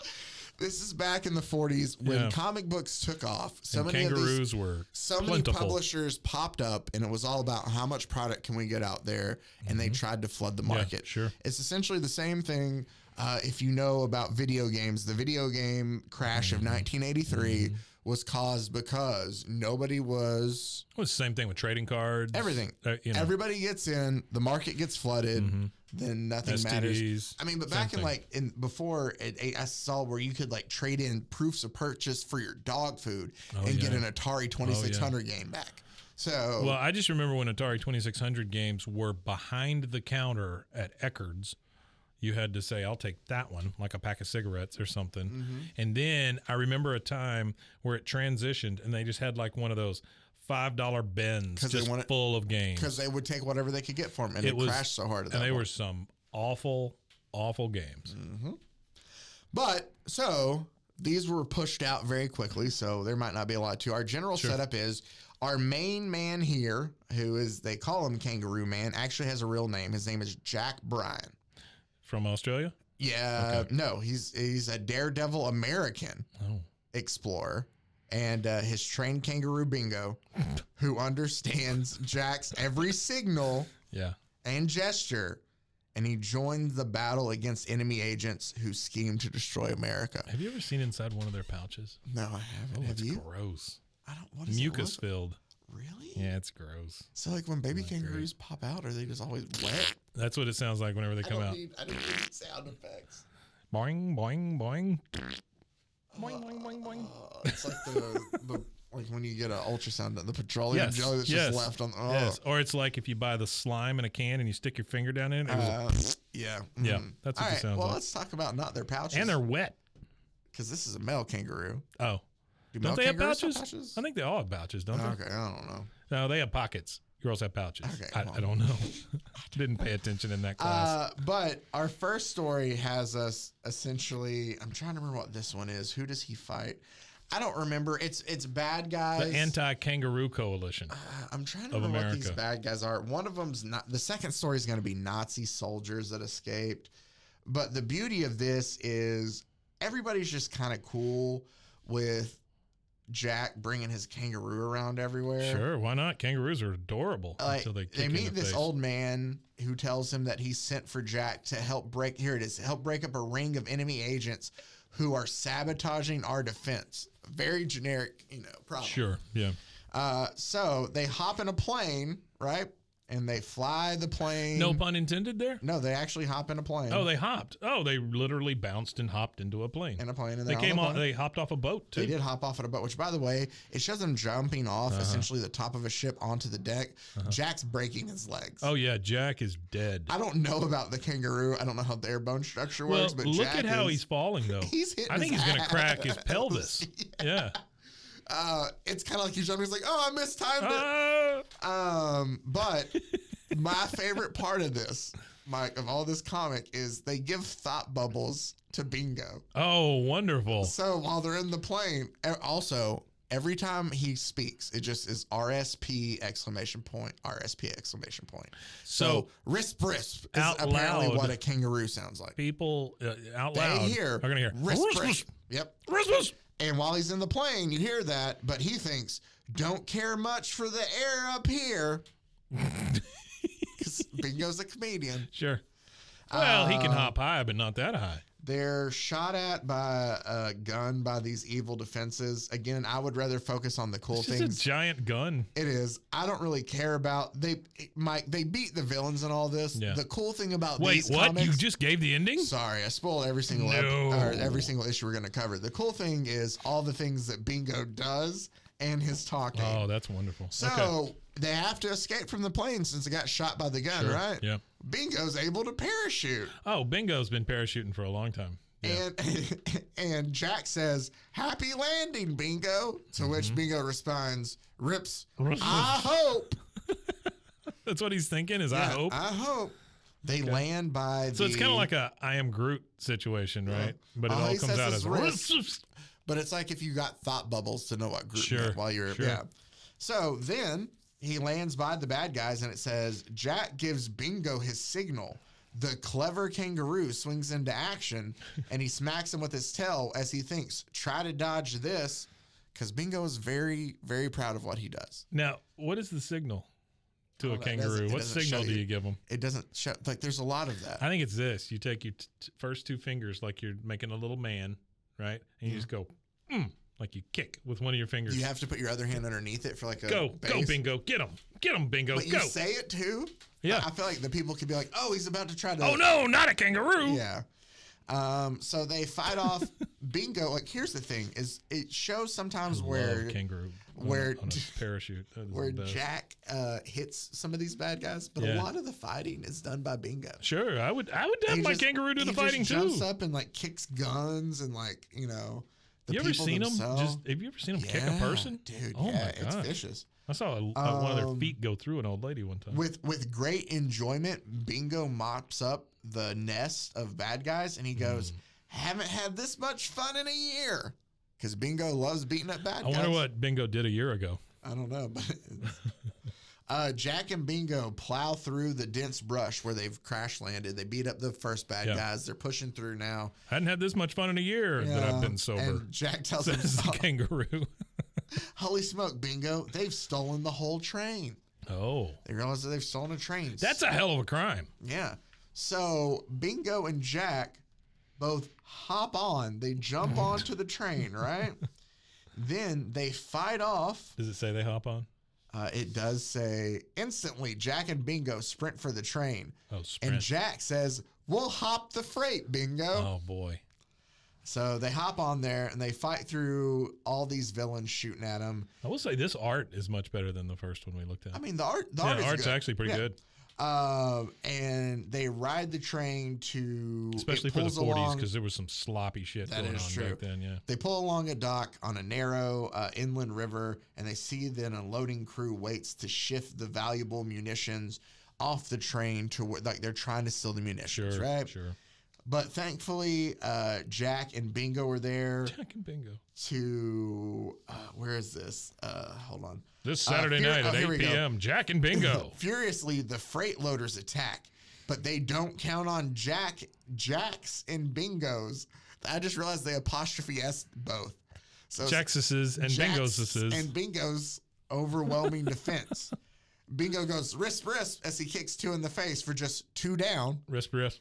Speaker 2: This is back in the 40s when
Speaker 1: Yeah.
Speaker 2: comic books took off. So
Speaker 1: and
Speaker 2: many of these
Speaker 1: kangaroos were
Speaker 2: so many
Speaker 1: plentiful.
Speaker 2: publishers popped up and it was all about how much product can we get out there and they tried to flood the market
Speaker 1: Mm-hmm. sure.
Speaker 2: it's essentially the same thing uh, if you know about video games the video game crash
Speaker 1: Mm-hmm.
Speaker 2: of 1983 was caused because nobody was
Speaker 1: It was the same thing with trading cards.
Speaker 2: everything
Speaker 1: Uh, you know, Mm-hmm.
Speaker 2: everybody gets in the market gets flooded then nothing matters
Speaker 1: STDs.
Speaker 2: I mean, but
Speaker 1: same
Speaker 2: back in
Speaker 1: thing.
Speaker 2: like in before it, it- I saw where you could like trade in proofs of purchase for your dog food and
Speaker 1: Oh,
Speaker 2: get
Speaker 1: yeah.
Speaker 2: an Atari 2600 game back. So
Speaker 1: Well, I just remember when Atari 2600 games were behind the counter at Eckerd's. You had to say, I'll take that one, like a pack of cigarettes or something.
Speaker 2: Mm-hmm.
Speaker 1: And then I remember a time where it transitioned and they just had like one of those $5 bins
Speaker 2: 'Cause they
Speaker 1: just
Speaker 2: wanted-
Speaker 1: full of games.
Speaker 2: because they would take whatever they could get for them and
Speaker 1: It
Speaker 2: it,
Speaker 1: was-
Speaker 2: crashed so hard at that Mm-hmm.
Speaker 1: And they
Speaker 2: point.
Speaker 1: were some awful, awful games.
Speaker 2: But so these were pushed out very quickly, so there might not be a lot to. Our general setup is our main man here, who is they call him Kangaroo Man, actually has a real name. His name is Jack Bryan.
Speaker 1: From Australia?
Speaker 2: Yeah, no, he's he's a daredevil American
Speaker 1: Oh.
Speaker 2: explorer. And uh, his trained kangaroo bingo, who understands Jack's every signal
Speaker 1: Yeah.
Speaker 2: and gesture, and he joined the battle against enemy agents who schemed to destroy America.
Speaker 1: Have you ever seen inside one of their pouches?
Speaker 2: No, I haven't.
Speaker 1: Oh,
Speaker 2: Have
Speaker 1: it's
Speaker 2: you?
Speaker 1: gross.
Speaker 2: I don't. What is it
Speaker 1: Mucus
Speaker 2: look-
Speaker 1: filled.
Speaker 2: Really?
Speaker 1: Yeah, it's gross.
Speaker 2: So like when baby
Speaker 1: Not great.
Speaker 2: kangaroos pop out, are they just always wet?
Speaker 1: That's what it sounds like whenever they
Speaker 2: I
Speaker 1: come
Speaker 2: don't e-
Speaker 1: out.
Speaker 2: need. I don't need sound effects.
Speaker 1: Boing, boing, boing. Boing, boing, boing, boing.
Speaker 2: Uh, it's like the, the like when you get an ultrasound, the petroleum
Speaker 1: Yes,
Speaker 2: jelly that's
Speaker 1: yes,
Speaker 2: just left on. Oh.
Speaker 1: Yes. Or it's like if you buy the slime in a can and you stick your finger down in it. it was-
Speaker 2: Uh, yeah.
Speaker 1: Yeah,
Speaker 2: Mm.
Speaker 1: that's what
Speaker 2: All
Speaker 1: it
Speaker 2: right.
Speaker 1: sounds
Speaker 2: well,
Speaker 1: like.
Speaker 2: let's talk about not their pouches.
Speaker 1: and they're wet.
Speaker 2: because this is a male kangaroo.
Speaker 1: Oh.
Speaker 2: Do
Speaker 1: Don't
Speaker 2: male
Speaker 1: they have
Speaker 2: kangaroos
Speaker 1: pouches? I think they all have pouches, don't they?
Speaker 2: Oh, Okay, I don't know.
Speaker 1: No, they have pockets. Girls have pouches.
Speaker 2: Okay,
Speaker 1: I,
Speaker 2: well.
Speaker 1: I don't know. Didn't pay attention in that class.
Speaker 2: Uh, but our first story has us essentially. I'm trying to remember what this one is. Who does he fight? I don't remember. It's it's bad guys. Uh,
Speaker 1: the anti kangaroo coalition.
Speaker 2: I'm trying to
Speaker 1: of
Speaker 2: remember what these
Speaker 1: America.
Speaker 2: bad guys are. One of them's not. The second story is going to be Nazi soldiers that escaped. But the beauty of this is everybody's just kind of cool with Jack bringing his kangaroo around everywhere.
Speaker 1: Sure, why not? Kangaroos are adorable
Speaker 2: Like,
Speaker 1: until they
Speaker 2: they,
Speaker 1: kick you in
Speaker 2: meet
Speaker 1: the
Speaker 2: this
Speaker 1: face.
Speaker 2: old man who tells him that he sent for Jack to help break here it is help break up a ring of enemy agents who are sabotaging our defense. Very generic, you know, problem.
Speaker 1: Sure, yeah.
Speaker 2: Uh, so they hop in a plane, right? and they fly the plane.
Speaker 1: No pun intended there.
Speaker 2: No, they actually hop in a plane.
Speaker 1: Oh, they hopped. Oh, they literally bounced and hopped into a plane.
Speaker 2: in a plane, and
Speaker 1: they
Speaker 2: they're
Speaker 1: came
Speaker 2: on.
Speaker 1: on.
Speaker 2: the plane.
Speaker 1: They Uh-huh. hopped off a boat
Speaker 2: They
Speaker 1: too.
Speaker 2: did hop off at a boat, which, by the way, it shows them jumping off essentially the top of a ship onto the deck. Jack's breaking his legs.
Speaker 1: Uh-huh. Oh yeah, Jack is dead.
Speaker 2: I don't know about the kangaroo. I don't know how their bone structure
Speaker 1: well,
Speaker 2: works, but
Speaker 1: look
Speaker 2: Jack
Speaker 1: at how
Speaker 2: is-
Speaker 1: he's falling though.
Speaker 2: He's hitting
Speaker 1: I think
Speaker 2: his
Speaker 1: he's gonna crack his
Speaker 2: ass.
Speaker 1: pelvis. Yeah.
Speaker 2: Uh, it's kind of like he's jumping. He's like, "Oh, I missed time."
Speaker 1: Ah!
Speaker 2: Um, but my favorite part of this, Mike, of all this comic, is they give thought bubbles to Bingo.
Speaker 1: oh, wonderful.
Speaker 2: So while they're in the plane, e- also every time he speaks, it just is RSP exclamation point, RSP exclamation point. So,
Speaker 1: So-
Speaker 2: risp risp is
Speaker 1: Out
Speaker 2: apparently
Speaker 1: loud.
Speaker 2: what a kangaroo sounds like.
Speaker 1: People uh, out
Speaker 2: They
Speaker 1: loud
Speaker 2: hear
Speaker 1: are gonna hear
Speaker 2: risp risp. Yep.
Speaker 1: Christmas.
Speaker 2: And while he's in the plane, you hear that, but he thinks, don't care much for the air up here. Because Bingo's a comedian.
Speaker 1: Sure. Well, he
Speaker 2: Uh,
Speaker 1: can hop high, but not that high.
Speaker 2: They're shot at by a gun by these evil defenses. Again, I would rather focus on the cool
Speaker 1: It's just
Speaker 2: things.
Speaker 1: a giant gun.
Speaker 2: It is. I don't really care about they Mike. They beat the villains in all this.
Speaker 1: Yeah.
Speaker 2: The cool thing about
Speaker 1: Wait,
Speaker 2: these
Speaker 1: what?
Speaker 2: comics,
Speaker 1: You just gave the ending?
Speaker 2: Sorry, I spoiled every single ep-
Speaker 1: No.
Speaker 2: or every single issue we're going to cover. The cool thing is all the things that Bingo does and his talking.
Speaker 1: Oh, that's wonderful.
Speaker 2: so they have to escape from the plane since they got shot by the gun,
Speaker 1: Sure.
Speaker 2: right?
Speaker 1: Yeah.
Speaker 2: Bingo's able to parachute,
Speaker 1: Oh, Bingo's been parachuting for a long time. Yeah.
Speaker 2: and and Jack says, "Happy landing, Bingo." To
Speaker 1: Mm-hmm.
Speaker 2: which Bingo responds, "Rips, I hope."
Speaker 1: That's what he's thinking is I
Speaker 2: Yeah,
Speaker 1: hope.
Speaker 2: I hope they land by.
Speaker 1: so it's
Speaker 2: the-
Speaker 1: kind of like a I am Groot situation, right? But it
Speaker 2: All
Speaker 1: all,
Speaker 2: he
Speaker 1: comes
Speaker 2: says
Speaker 1: out as
Speaker 2: is wrist. But it's like if you got thought bubbles to know what group
Speaker 1: Sure,
Speaker 2: meant while you're
Speaker 1: sure.
Speaker 2: yeah. So then he lands by the bad guys and it says Jack gives Bingo his signal. The clever kangaroo swings into action and he smacks him with his tail as he thinks, try to dodge this. Because Bingo is very, very proud of what he does.
Speaker 1: Now, what is the signal to
Speaker 2: Oh,
Speaker 1: a
Speaker 2: that doesn't-
Speaker 1: kangaroo?
Speaker 2: it
Speaker 1: What
Speaker 2: doesn't
Speaker 1: signal
Speaker 2: show
Speaker 1: do
Speaker 2: you.
Speaker 1: you give them?
Speaker 2: It doesn't show, like, there's a lot of that.
Speaker 1: I think it's this. You take your t- t- first two fingers like you're making a little man, right? And you just go, mm, like you kick with one of your fingers.
Speaker 2: You have to put your other hand underneath it for like a.
Speaker 1: go, go,
Speaker 2: base.
Speaker 1: bingo. Get him. Get him, bingo.
Speaker 2: But you
Speaker 1: go.
Speaker 2: say it too.
Speaker 1: Yeah.
Speaker 2: I feel like the people could be like, oh, he's about to try to.
Speaker 1: oh, no, not a kangaroo.
Speaker 2: Yeah. Um, so they fight off Bingo. Like, here's the thing: is it shows sometimes where
Speaker 1: Love kangaroo on a-
Speaker 2: where-
Speaker 1: on a parachute. That is the
Speaker 2: where
Speaker 1: best.
Speaker 2: Jack uh, hits some of these bad guys, but a
Speaker 1: Yeah.
Speaker 2: lot of the fighting is done by Bingo.
Speaker 1: Sure, I would. I would have
Speaker 2: He
Speaker 1: my
Speaker 2: just-
Speaker 1: kangaroo do
Speaker 2: he
Speaker 1: the
Speaker 2: just
Speaker 1: fighting too.
Speaker 2: Jumps up and like kicks guns and like you know. The
Speaker 1: You ever
Speaker 2: people
Speaker 1: seen
Speaker 2: themselves.
Speaker 1: him? Just have you ever seen him kick a
Speaker 2: Yeah,
Speaker 1: person?
Speaker 2: dude?
Speaker 1: oh
Speaker 2: yeah,
Speaker 1: my
Speaker 2: it's
Speaker 1: god!
Speaker 2: vicious.
Speaker 1: I saw a, a- one of their
Speaker 2: Um,
Speaker 1: feet go through an old lady one time.
Speaker 2: With with great enjoyment, Bingo mops up the nest of bad guys and he
Speaker 1: Hmm.
Speaker 2: goes, "Haven't had this much fun in a year." Because Bingo loves beating up bad
Speaker 1: I
Speaker 2: guys.
Speaker 1: wonder what Bingo did a year ago.
Speaker 2: I don't know, but it's- uh, Jack and Bingo plow through the dense brush where they've crash landed. They beat up the first bad
Speaker 1: Yeah.
Speaker 2: guys. They're pushing through now.
Speaker 1: I hadn't had this much fun in a year that I've
Speaker 2: Um,
Speaker 1: been sober.
Speaker 2: And Jack tells him,
Speaker 1: Says the kangaroo.
Speaker 2: "Holy smoke, Bingo! They've stolen the whole train."
Speaker 1: Oh,
Speaker 2: They realize that they've stolen a train.
Speaker 1: that's a hell of a crime.
Speaker 2: Yeah. So Bingo and Jack both hop on. They jump onto the train, right? then they fight off.
Speaker 1: Does it say they hop on?
Speaker 2: Uh, it does say instantly Jack and Bingo sprint for the train.
Speaker 1: Oh,
Speaker 2: And
Speaker 1: sprint.
Speaker 2: Jack says, We'll hop the freight, bingo.
Speaker 1: oh boy.
Speaker 2: So they hop on there and they fight through all these villains shooting at them.
Speaker 1: I will say this art is much better than the first one we looked at.
Speaker 2: I mean, the art, the
Speaker 1: yeah,
Speaker 2: art is
Speaker 1: art's
Speaker 2: good.
Speaker 1: actually pretty
Speaker 2: Yeah.
Speaker 1: good,
Speaker 2: Um, and they ride the train to. it
Speaker 1: especially for the
Speaker 2: pulls
Speaker 1: 40s
Speaker 2: along-
Speaker 1: because there was some sloppy shit
Speaker 2: That
Speaker 1: going
Speaker 2: is
Speaker 1: on
Speaker 2: true.
Speaker 1: back then. Yeah.
Speaker 2: They pull along a dock on a narrow uh, inland river, and they see that an unloading crew waits to shift the valuable munitions off the train to where, like, they're trying to steal the munitions,
Speaker 1: Sure.
Speaker 2: right?
Speaker 1: Sure.
Speaker 2: But thankfully, uh, Jack and Bingo are there
Speaker 1: Jack and Bingo.
Speaker 2: to uh, where is this? Uh, hold on.
Speaker 1: This
Speaker 2: Uh,
Speaker 1: Saturday
Speaker 2: Fury-
Speaker 1: night
Speaker 2: oh,
Speaker 1: at
Speaker 2: here we
Speaker 1: 8
Speaker 2: go.
Speaker 1: p.m. Jack and Bingo.
Speaker 2: Furiously, the freight loaders attack, but they don't count on Jack, Jacks, and Bingos. I just realized they apostrophe s both. So it's
Speaker 1: Jacksuses and
Speaker 2: Jack's
Speaker 1: Bingosuses.
Speaker 2: and Bingo's overwhelming defense. Bingo goes wrist wrist as he kicks two in the face for just two down.
Speaker 1: Risp, risp.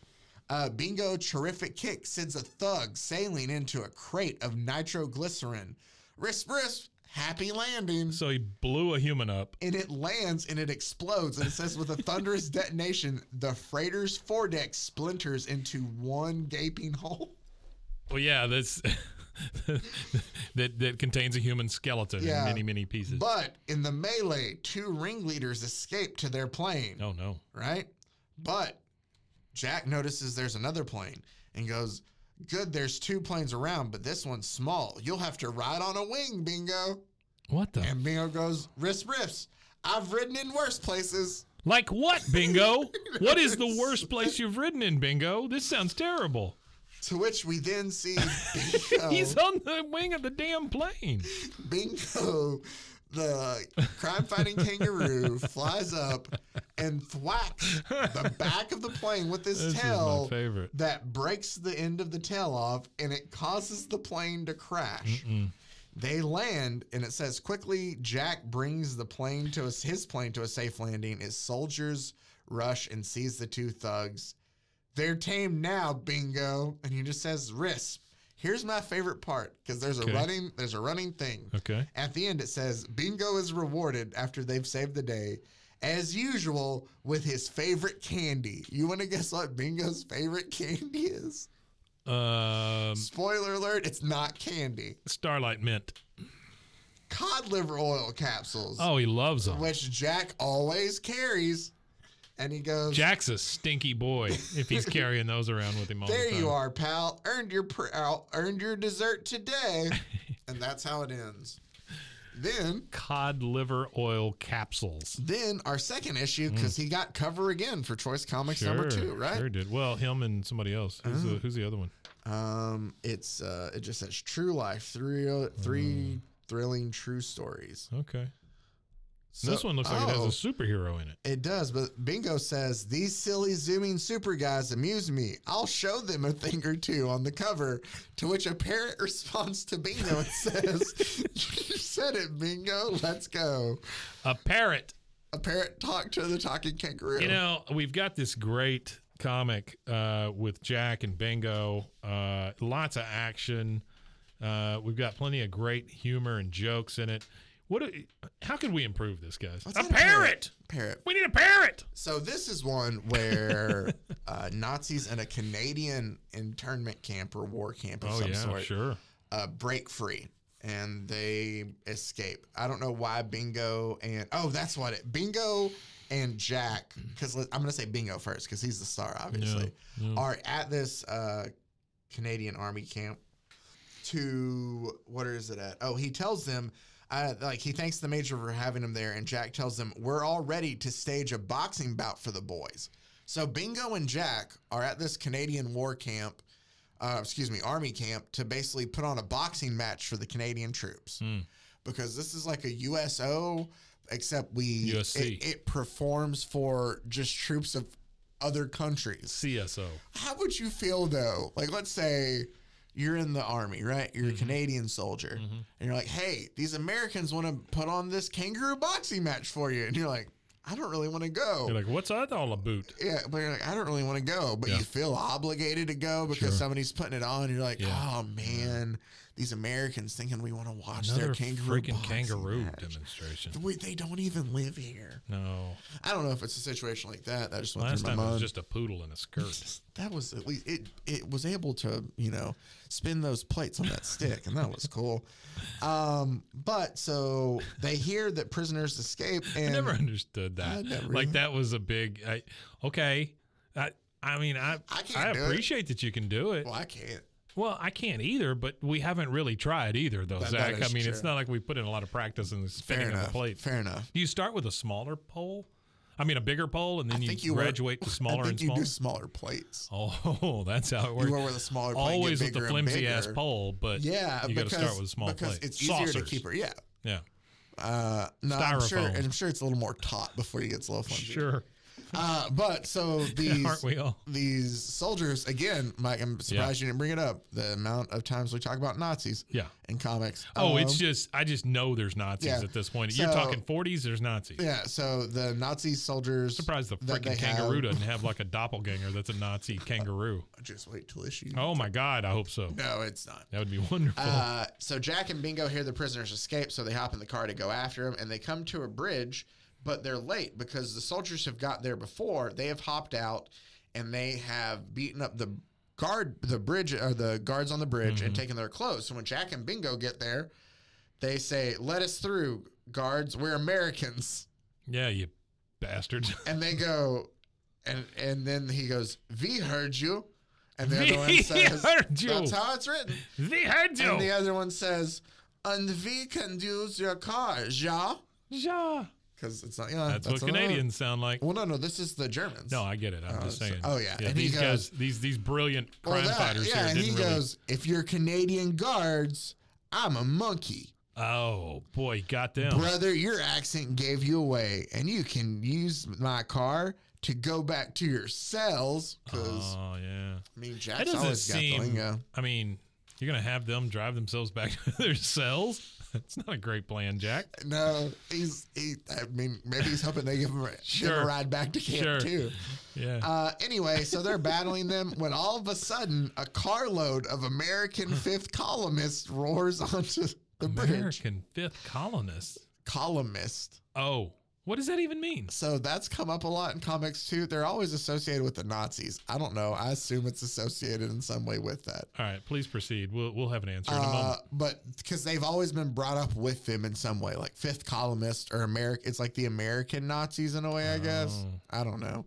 Speaker 2: Uh, bingo, terrific kick sends a thug sailing into a crate of nitroglycerin. Risp, risp, happy landing.
Speaker 1: So he blew a human up.
Speaker 2: and it lands and it explodes. And it says, with a thunderous detonation, the freighter's foredeck splinters into one gaping hole.
Speaker 1: Well, yeah, that's that that contains a human skeleton
Speaker 2: Yeah.
Speaker 1: in many many pieces.
Speaker 2: But in the melee, two ringleaders escape to their plane,
Speaker 1: oh no,
Speaker 2: right? But Jack notices there's another plane and goes, Good, there's two planes around, but this one's small. You'll have to ride on a wing, Bingo.
Speaker 1: what the?
Speaker 2: And Bingo goes, Riffs, riffs. I've ridden in worse places.
Speaker 1: like what, Bingo? what is the worst place you've ridden in, Bingo? This sounds terrible.
Speaker 2: To which we then see Bingo.
Speaker 1: He's on the wing of the damn plane.
Speaker 2: Bingo, the crime fighting kangaroo, flies up and thwacks the back of the plane with his
Speaker 1: This is
Speaker 2: tail
Speaker 1: my favorite.
Speaker 2: that breaks the end of the tail off and it causes the plane to crash. They land and it says quickly Jack brings the plane to a, his plane to a safe landing. His soldiers rush and seize the two thugs. They're tame now, bingo. And he just says risp. Here's my favorite part because there's a
Speaker 1: Okay.
Speaker 2: running there's a running thing.
Speaker 1: Okay.
Speaker 2: At the end, it says Bingo is rewarded after they've saved the day, as usual, with his favorite candy. You want to guess what Bingo's favorite candy is?
Speaker 1: Um,
Speaker 2: Spoiler alert, it's not candy.
Speaker 1: Starlight Mint.
Speaker 2: Cod liver oil capsules,
Speaker 1: Oh, he loves them.
Speaker 2: which Jack always carries. And he goes,
Speaker 1: Jack's a stinky boy if he's carrying those around with him all the
Speaker 2: There
Speaker 1: time.
Speaker 2: you are, pal. Earned your pr- uh, earned your dessert today. and that's how it ends. Then
Speaker 1: Cod liver oil capsules.
Speaker 2: then our second issue because he got cover again for Choice Comics number two, right?
Speaker 1: Hmm.
Speaker 2: Oh.
Speaker 1: Sure did. Well, him and somebody else. Who's, the, who's the other one?
Speaker 2: Um, it's uh, it just says True Life three uh,
Speaker 1: Hmm.
Speaker 2: three thrilling true stories.
Speaker 1: Okay.
Speaker 2: So-
Speaker 1: this one looks like it has
Speaker 2: oh,
Speaker 1: a superhero in it.
Speaker 2: It does, but Bingo says these silly zooming super guys amuse me. I'll show them a thing or two on the cover. To which a parrot responds to Bingo and says, "You said it, Bingo. Let's go."
Speaker 1: A parrot.
Speaker 2: A parrot talked to the talking kangaroo.
Speaker 1: You know, we've got this great comic uh, with Jack and Bingo. Uh, lots of action. Uh, we've got plenty of great humor and jokes in it. What? do- how can we improve this, guys?
Speaker 2: Let's
Speaker 1: a
Speaker 2: add a
Speaker 1: parrot.
Speaker 2: parrot. Parrot.
Speaker 1: We need a parrot.
Speaker 2: So this is one where uh, Nazis in a Canadian internment camp or war camp of
Speaker 1: Oh
Speaker 2: some
Speaker 1: yeah,
Speaker 2: sort
Speaker 1: sure.
Speaker 2: uh, break free and they escape. I don't know why Bingo and oh, that's what it Bingo and Jack because I'm gonna say Bingo first because he's the star, obviously,
Speaker 1: Yeah, yeah.
Speaker 2: are at this uh, Canadian Army camp. To what is it at? Oh, he tells them. Uh, like he thanks the major for having him there, and Jack tells them we're all ready to stage a boxing bout for the boys. So Bingo and Jack are at this Canadian war camp uh, excuse me, army camp to basically put on a boxing match for the Canadian troops
Speaker 1: Hmm.
Speaker 2: because this is like a USO, except we
Speaker 1: USC.
Speaker 2: It, it performs for just troops of other countries.
Speaker 1: CSO.
Speaker 2: How would you feel though? Like, let's say you're in the army, right? You're
Speaker 1: Mm-hmm.
Speaker 2: a Canadian soldier, and you're like, "Hey, these Americans want to put on this kangaroo boxing match for you," and you're like, "I don't really want to go."
Speaker 1: You're like, what's that all about?
Speaker 2: Yeah, but you're like, I don't really want to go, but
Speaker 1: Yeah.
Speaker 2: you feel obligated to go because
Speaker 1: Sure.
Speaker 2: somebody's putting it on. You're like,
Speaker 1: Yeah.
Speaker 2: oh man, these Americans thinking we want to watch
Speaker 1: Another
Speaker 2: their kangaroo
Speaker 1: freaking
Speaker 2: boxing
Speaker 1: kangaroo
Speaker 2: match.
Speaker 1: demonstration.
Speaker 2: We, they don't even live here.
Speaker 1: No,
Speaker 2: I don't know if it's a situation like that. That just went
Speaker 1: last
Speaker 2: through my
Speaker 1: time it was
Speaker 2: mind.
Speaker 1: just a poodle in a skirt.
Speaker 2: that was at least it. It was able to you know spin those plates on that stick, and that was cool. Um, but so they hear that prisoners escape,
Speaker 1: I
Speaker 2: and
Speaker 1: never understood that.
Speaker 2: I never
Speaker 1: like
Speaker 2: either.
Speaker 1: that was a big. I, okay, I, I mean, I,
Speaker 2: I
Speaker 1: I,
Speaker 2: can't do it.
Speaker 1: appreciate that you can do it.
Speaker 2: well, I can't.
Speaker 1: Well, I can't either, but we haven't really tried either, though,
Speaker 2: That- that
Speaker 1: Zach. I
Speaker 2: is
Speaker 1: mean,
Speaker 2: true.
Speaker 1: it's not like we put in a lot of practice in
Speaker 2: Fair
Speaker 1: spinning on the
Speaker 2: enough.
Speaker 1: plate.
Speaker 2: Fair enough.
Speaker 1: Do you start with a smaller pole? I mean, a bigger pole, and then you,
Speaker 2: think you were-
Speaker 1: graduate to smaller
Speaker 2: I think
Speaker 1: and
Speaker 2: you
Speaker 1: smaller.
Speaker 2: do smaller plates.
Speaker 1: oh, that's how it works.
Speaker 2: You were with a smaller plate. and get
Speaker 1: Always with the
Speaker 2: bigger and
Speaker 1: flimsy ass
Speaker 2: bigger.
Speaker 1: pole, but
Speaker 2: Yeah,
Speaker 1: you got
Speaker 2: because,
Speaker 1: to start with a small
Speaker 2: because
Speaker 1: plate.
Speaker 2: it's easier to
Speaker 1: Saucers.
Speaker 2: keep her. Yeah.
Speaker 1: Yeah,
Speaker 2: Uh, no, I'm sure,
Speaker 1: Styrofoam.
Speaker 2: and I'm sure it's a little more taut before you get to little flimsy.
Speaker 1: sure.
Speaker 2: Uh, but so
Speaker 1: Aren't
Speaker 2: these
Speaker 1: we all?
Speaker 2: these soldiers again, Mike. I'm surprised you didn't bring it up. The amount of times we talk about Nazis
Speaker 1: Yeah.
Speaker 2: in comics.
Speaker 1: Oh, it's
Speaker 2: Um,
Speaker 1: just I just know there's Nazis
Speaker 2: yeah.
Speaker 1: at this point. You're
Speaker 2: So-
Speaker 1: talking 40s. There's Nazis.
Speaker 2: yeah. So the Nazi soldiers.
Speaker 1: Surprised the
Speaker 2: that they
Speaker 1: freaking kangaroo
Speaker 2: have-
Speaker 1: doesn't have like a doppelganger that's a Nazi kangaroo.
Speaker 2: Just wait till issue.
Speaker 1: Oh my god, I hope so.
Speaker 2: No, it's not.
Speaker 1: That would be wonderful.
Speaker 2: Uh, so Jack and Bingo hear the prisoners escape, so they hop in the car to go after him, and they come to a bridge, but they're late because the soldiers have got there before. They have hopped out, and they have beaten up the guard, the bridge, or the guards on the bridge,
Speaker 1: Mm-hmm.
Speaker 2: and taken their clothes. So when Jack and Bingo get there, they say, "Let us through, guards. We're Americans."
Speaker 1: yeah, you bastards.
Speaker 2: And they go, and and then he goes, "We heard you," and the other one
Speaker 1: "We
Speaker 2: says,
Speaker 1: heard you."
Speaker 2: "That's how it's written."
Speaker 1: they had
Speaker 2: And the
Speaker 1: you.
Speaker 2: other one says, and we can use your car, ja? Uh,
Speaker 1: Yeah.
Speaker 2: Because it's not, yeah.
Speaker 1: That's, what
Speaker 2: another-
Speaker 1: Canadians sound like.
Speaker 2: Well, no, no, this is the Germans.
Speaker 1: No, I get it. I'm
Speaker 2: Oh,
Speaker 1: just
Speaker 2: so-
Speaker 1: saying.
Speaker 2: oh, yeah, and he
Speaker 1: these guys,
Speaker 2: goes-
Speaker 1: these these brilliant
Speaker 2: Well,
Speaker 1: crime
Speaker 2: that-
Speaker 1: fighters
Speaker 2: Yeah,
Speaker 1: here
Speaker 2: and he
Speaker 1: didn't really.
Speaker 2: goes, if you're Canadian guards, I'm a monkey.
Speaker 1: oh boy, got them.
Speaker 2: Brother, your accent gave you away, and you can use my car to go back to your cells. Because,
Speaker 1: oh yeah.
Speaker 2: I mean,
Speaker 1: That
Speaker 2: Jack's
Speaker 1: doesn't
Speaker 2: always got the
Speaker 1: seem.
Speaker 2: lingo.
Speaker 1: I mean, you're gonna have them drive themselves back to their cells. It's not a great plan, Jack.
Speaker 2: No, he's, he, I mean, maybe he's hoping they give him a, give him a
Speaker 1: Sure.
Speaker 2: ride back to camp,
Speaker 1: Sure.
Speaker 2: too.
Speaker 1: Yeah.
Speaker 2: Uh, anyway, so they're battling them when all of a sudden a carload of American Fifth Columnists roars onto the bridge.
Speaker 1: American fifth colonists.
Speaker 2: Columnist.
Speaker 1: Oh, what does that even mean?
Speaker 2: So that's come up a lot in comics too. They're always associated with the Nazis. I don't know. I assume it's associated in some way with that.
Speaker 1: All right, please proceed. We'll we'll have an answer in a
Speaker 2: Uh,
Speaker 1: moment.
Speaker 2: but because they've always been brought up with them in some way, like fifth columnist or American, it's like the American Nazis in a way, I guess.
Speaker 1: Oh.
Speaker 2: I don't know.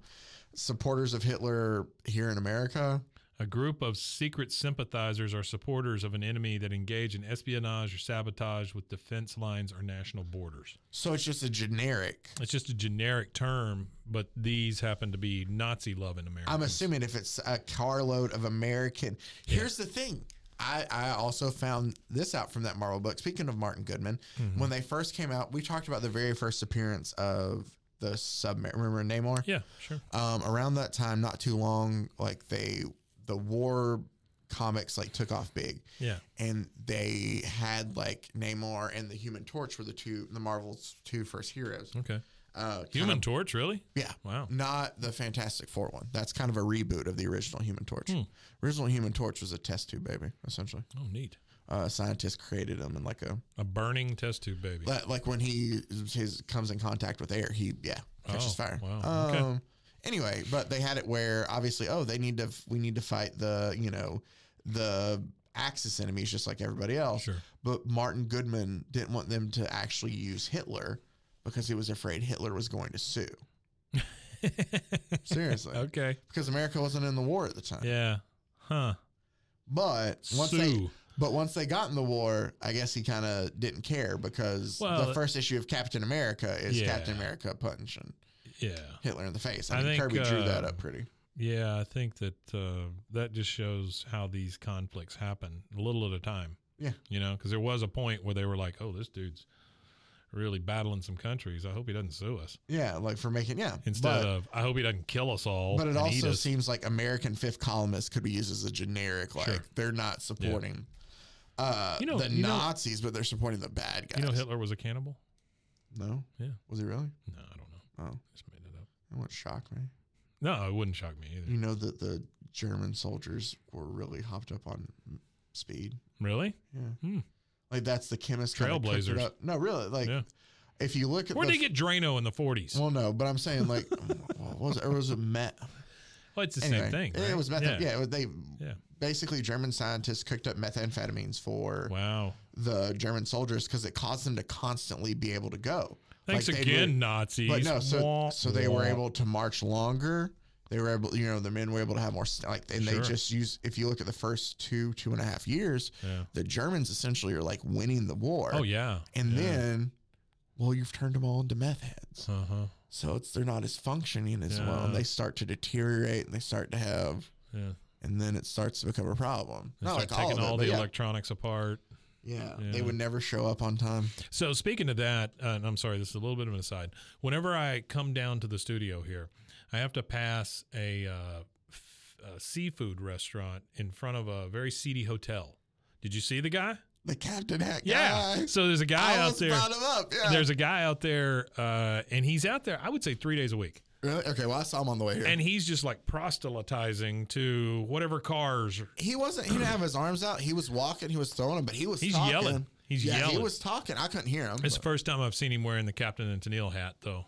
Speaker 2: Supporters of Hitler here in America.
Speaker 1: A group of secret sympathizers or supporters of an enemy that engage in espionage or sabotage with defense lines or national borders.
Speaker 2: So it's just a generic.
Speaker 1: It's just a generic term, but these happen to be Nazi loving Americans.
Speaker 2: I'm assuming if it's a carload of American. Here's the thing. I, I also found this out from that Marvel book. Speaking of Martin Goodman,
Speaker 1: Mm-hmm.
Speaker 2: when they first came out, we talked about the very first appearance of the submarine. Remember Namor?
Speaker 1: Yeah, sure.
Speaker 2: Um, around that time, not too long, like they the war comics like took off big,
Speaker 1: Yeah.
Speaker 2: and they had like Namor and the Human Torch were the two the Marvel's two first heroes.
Speaker 1: Okay.
Speaker 2: Uh, kind
Speaker 1: Mm-hmm. Human
Speaker 2: of-
Speaker 1: Torch, really?
Speaker 2: yeah,
Speaker 1: Wow.
Speaker 2: not the Fantastic Four one. That's kind of a reboot of the original Human Torch.
Speaker 1: Hmm.
Speaker 2: Original Human Torch was a test tube baby, essentially.
Speaker 1: Oh, neat.
Speaker 2: Uh, scientists created him, and like a
Speaker 1: A burning test tube baby.
Speaker 2: li- like when he his comes in contact with air, he yeah catches
Speaker 1: Oh,
Speaker 2: fire.
Speaker 1: wow, okay.
Speaker 2: Um, Anyway, but they had it where obviously, oh, they need to f- we need to fight the you know the Axis enemies just like everybody else.
Speaker 1: Sure.
Speaker 2: But Martin Goodman didn't want them to actually use Hitler because he was afraid Hitler was going to sue. Seriously
Speaker 1: okay.
Speaker 2: because America wasn't in the war at the time.
Speaker 1: Yeah. Huh.
Speaker 2: But once they
Speaker 1: Sue.
Speaker 2: but once they got in the war, I guess he kind of didn't care because
Speaker 1: Well,
Speaker 2: the first issue of Captain America is
Speaker 1: Yeah.
Speaker 2: Captain America punching
Speaker 1: Yeah.
Speaker 2: Hitler in the face.
Speaker 1: I
Speaker 2: I, mean,
Speaker 1: think,
Speaker 2: Kirby drew that
Speaker 1: uh,
Speaker 2: up pretty.
Speaker 1: Yeah, I think that uh, that just shows how these conflicts happen a little at a time.
Speaker 2: Yeah.
Speaker 1: You know, because there was a point where they were like, "Oh, this dude's really battling some countries. I hope he doesn't sue us."
Speaker 2: Yeah, like for making yeah.
Speaker 1: Instead
Speaker 2: but,
Speaker 1: of, "I hope he doesn't kill us all."
Speaker 2: but it
Speaker 1: and eat
Speaker 2: also
Speaker 1: us."
Speaker 2: seems like American fifth columnists could be used as a generic like
Speaker 1: Sure.
Speaker 2: they're not supporting uh
Speaker 1: You know-
Speaker 2: the
Speaker 1: you know-
Speaker 2: Nazis, but they're supporting the bad guys.
Speaker 1: you know, Hitler was a cannibal.
Speaker 2: No.
Speaker 1: Yeah.
Speaker 2: Was he really?
Speaker 1: No, I don't know.
Speaker 2: Oh,
Speaker 1: Just made it up.
Speaker 2: that wouldn't shock me.
Speaker 1: No, it wouldn't shock me either.
Speaker 2: You know that the German soldiers were really hopped up on m- speed.
Speaker 1: Really?
Speaker 2: Yeah,
Speaker 1: Hmm.
Speaker 2: like that's the chemist kinda kicked it
Speaker 1: Trailblazers.
Speaker 2: up. No, really, like
Speaker 1: Yeah.
Speaker 2: if you look at
Speaker 1: Where'd they
Speaker 2: the
Speaker 1: get Drano in the '40s? Well,
Speaker 2: Well, no, but I'm saying like, what was it? Or was it met?
Speaker 1: it's the
Speaker 2: Anyway,
Speaker 1: same thing.
Speaker 2: It
Speaker 1: right?
Speaker 2: was meth. Yeah,
Speaker 1: Yeah.
Speaker 2: it was- they
Speaker 1: Yeah.
Speaker 2: basically German scientists cooked up methamphetamines for
Speaker 1: Wow.
Speaker 2: the German soldiers because it caused them to constantly be able to go.
Speaker 1: Thanks
Speaker 2: Like, they'd
Speaker 1: again,
Speaker 2: re-
Speaker 1: Nazis.
Speaker 2: But no, so
Speaker 1: Wah,
Speaker 2: so they were
Speaker 1: wah.
Speaker 2: able to march longer. They were able, you know, the men were able to have more s- like, and
Speaker 1: Sure.
Speaker 2: they just use. If you look at the first two two and a half years,
Speaker 1: Yeah.
Speaker 2: the Germans essentially are like winning the war.
Speaker 1: Oh yeah.
Speaker 2: and
Speaker 1: yeah.
Speaker 2: then, well, you've turned them all into meth heads,
Speaker 1: Uh huh.
Speaker 2: so it's they're not as functioning as well, and
Speaker 1: Yeah.
Speaker 2: they start to deteriorate, and they start to have,
Speaker 1: Yeah.
Speaker 2: and then it starts to become a problem.
Speaker 1: They
Speaker 2: not
Speaker 1: start
Speaker 2: like all,
Speaker 1: taking
Speaker 2: of
Speaker 1: all,
Speaker 2: it, but
Speaker 1: the
Speaker 2: yeah,
Speaker 1: electronics apart.
Speaker 2: yeah,
Speaker 1: Yeah.
Speaker 2: they would never show up on time.
Speaker 1: So speaking of that, uh, and I'm sorry, this is a little bit of an aside. Whenever I come down to the studio here, I have to pass a, uh, f- a seafood restaurant in front of a very seedy hotel. Did you see the guy?
Speaker 2: The Captain Hat
Speaker 1: Yeah.
Speaker 2: guy.
Speaker 1: So there's a guy
Speaker 2: I
Speaker 1: out
Speaker 2: almost
Speaker 1: there.
Speaker 2: brought him up. Yeah.
Speaker 1: There's a guy out there, uh, and he's out there. I would say three days a week,
Speaker 2: Really? Okay, well, I saw him on the way here.
Speaker 1: and he's just like proselytizing to whatever cars.
Speaker 2: he wasn't. He didn't have his arms out. He was walking. He was throwing them, but he was.
Speaker 1: He's
Speaker 2: talking.
Speaker 1: yelling. He's
Speaker 2: yeah, He
Speaker 1: yelling.
Speaker 2: was talking. I couldn't hear him.
Speaker 1: It's the
Speaker 2: but-
Speaker 1: first time I've seen him wearing the Captain and Tennille hat, though.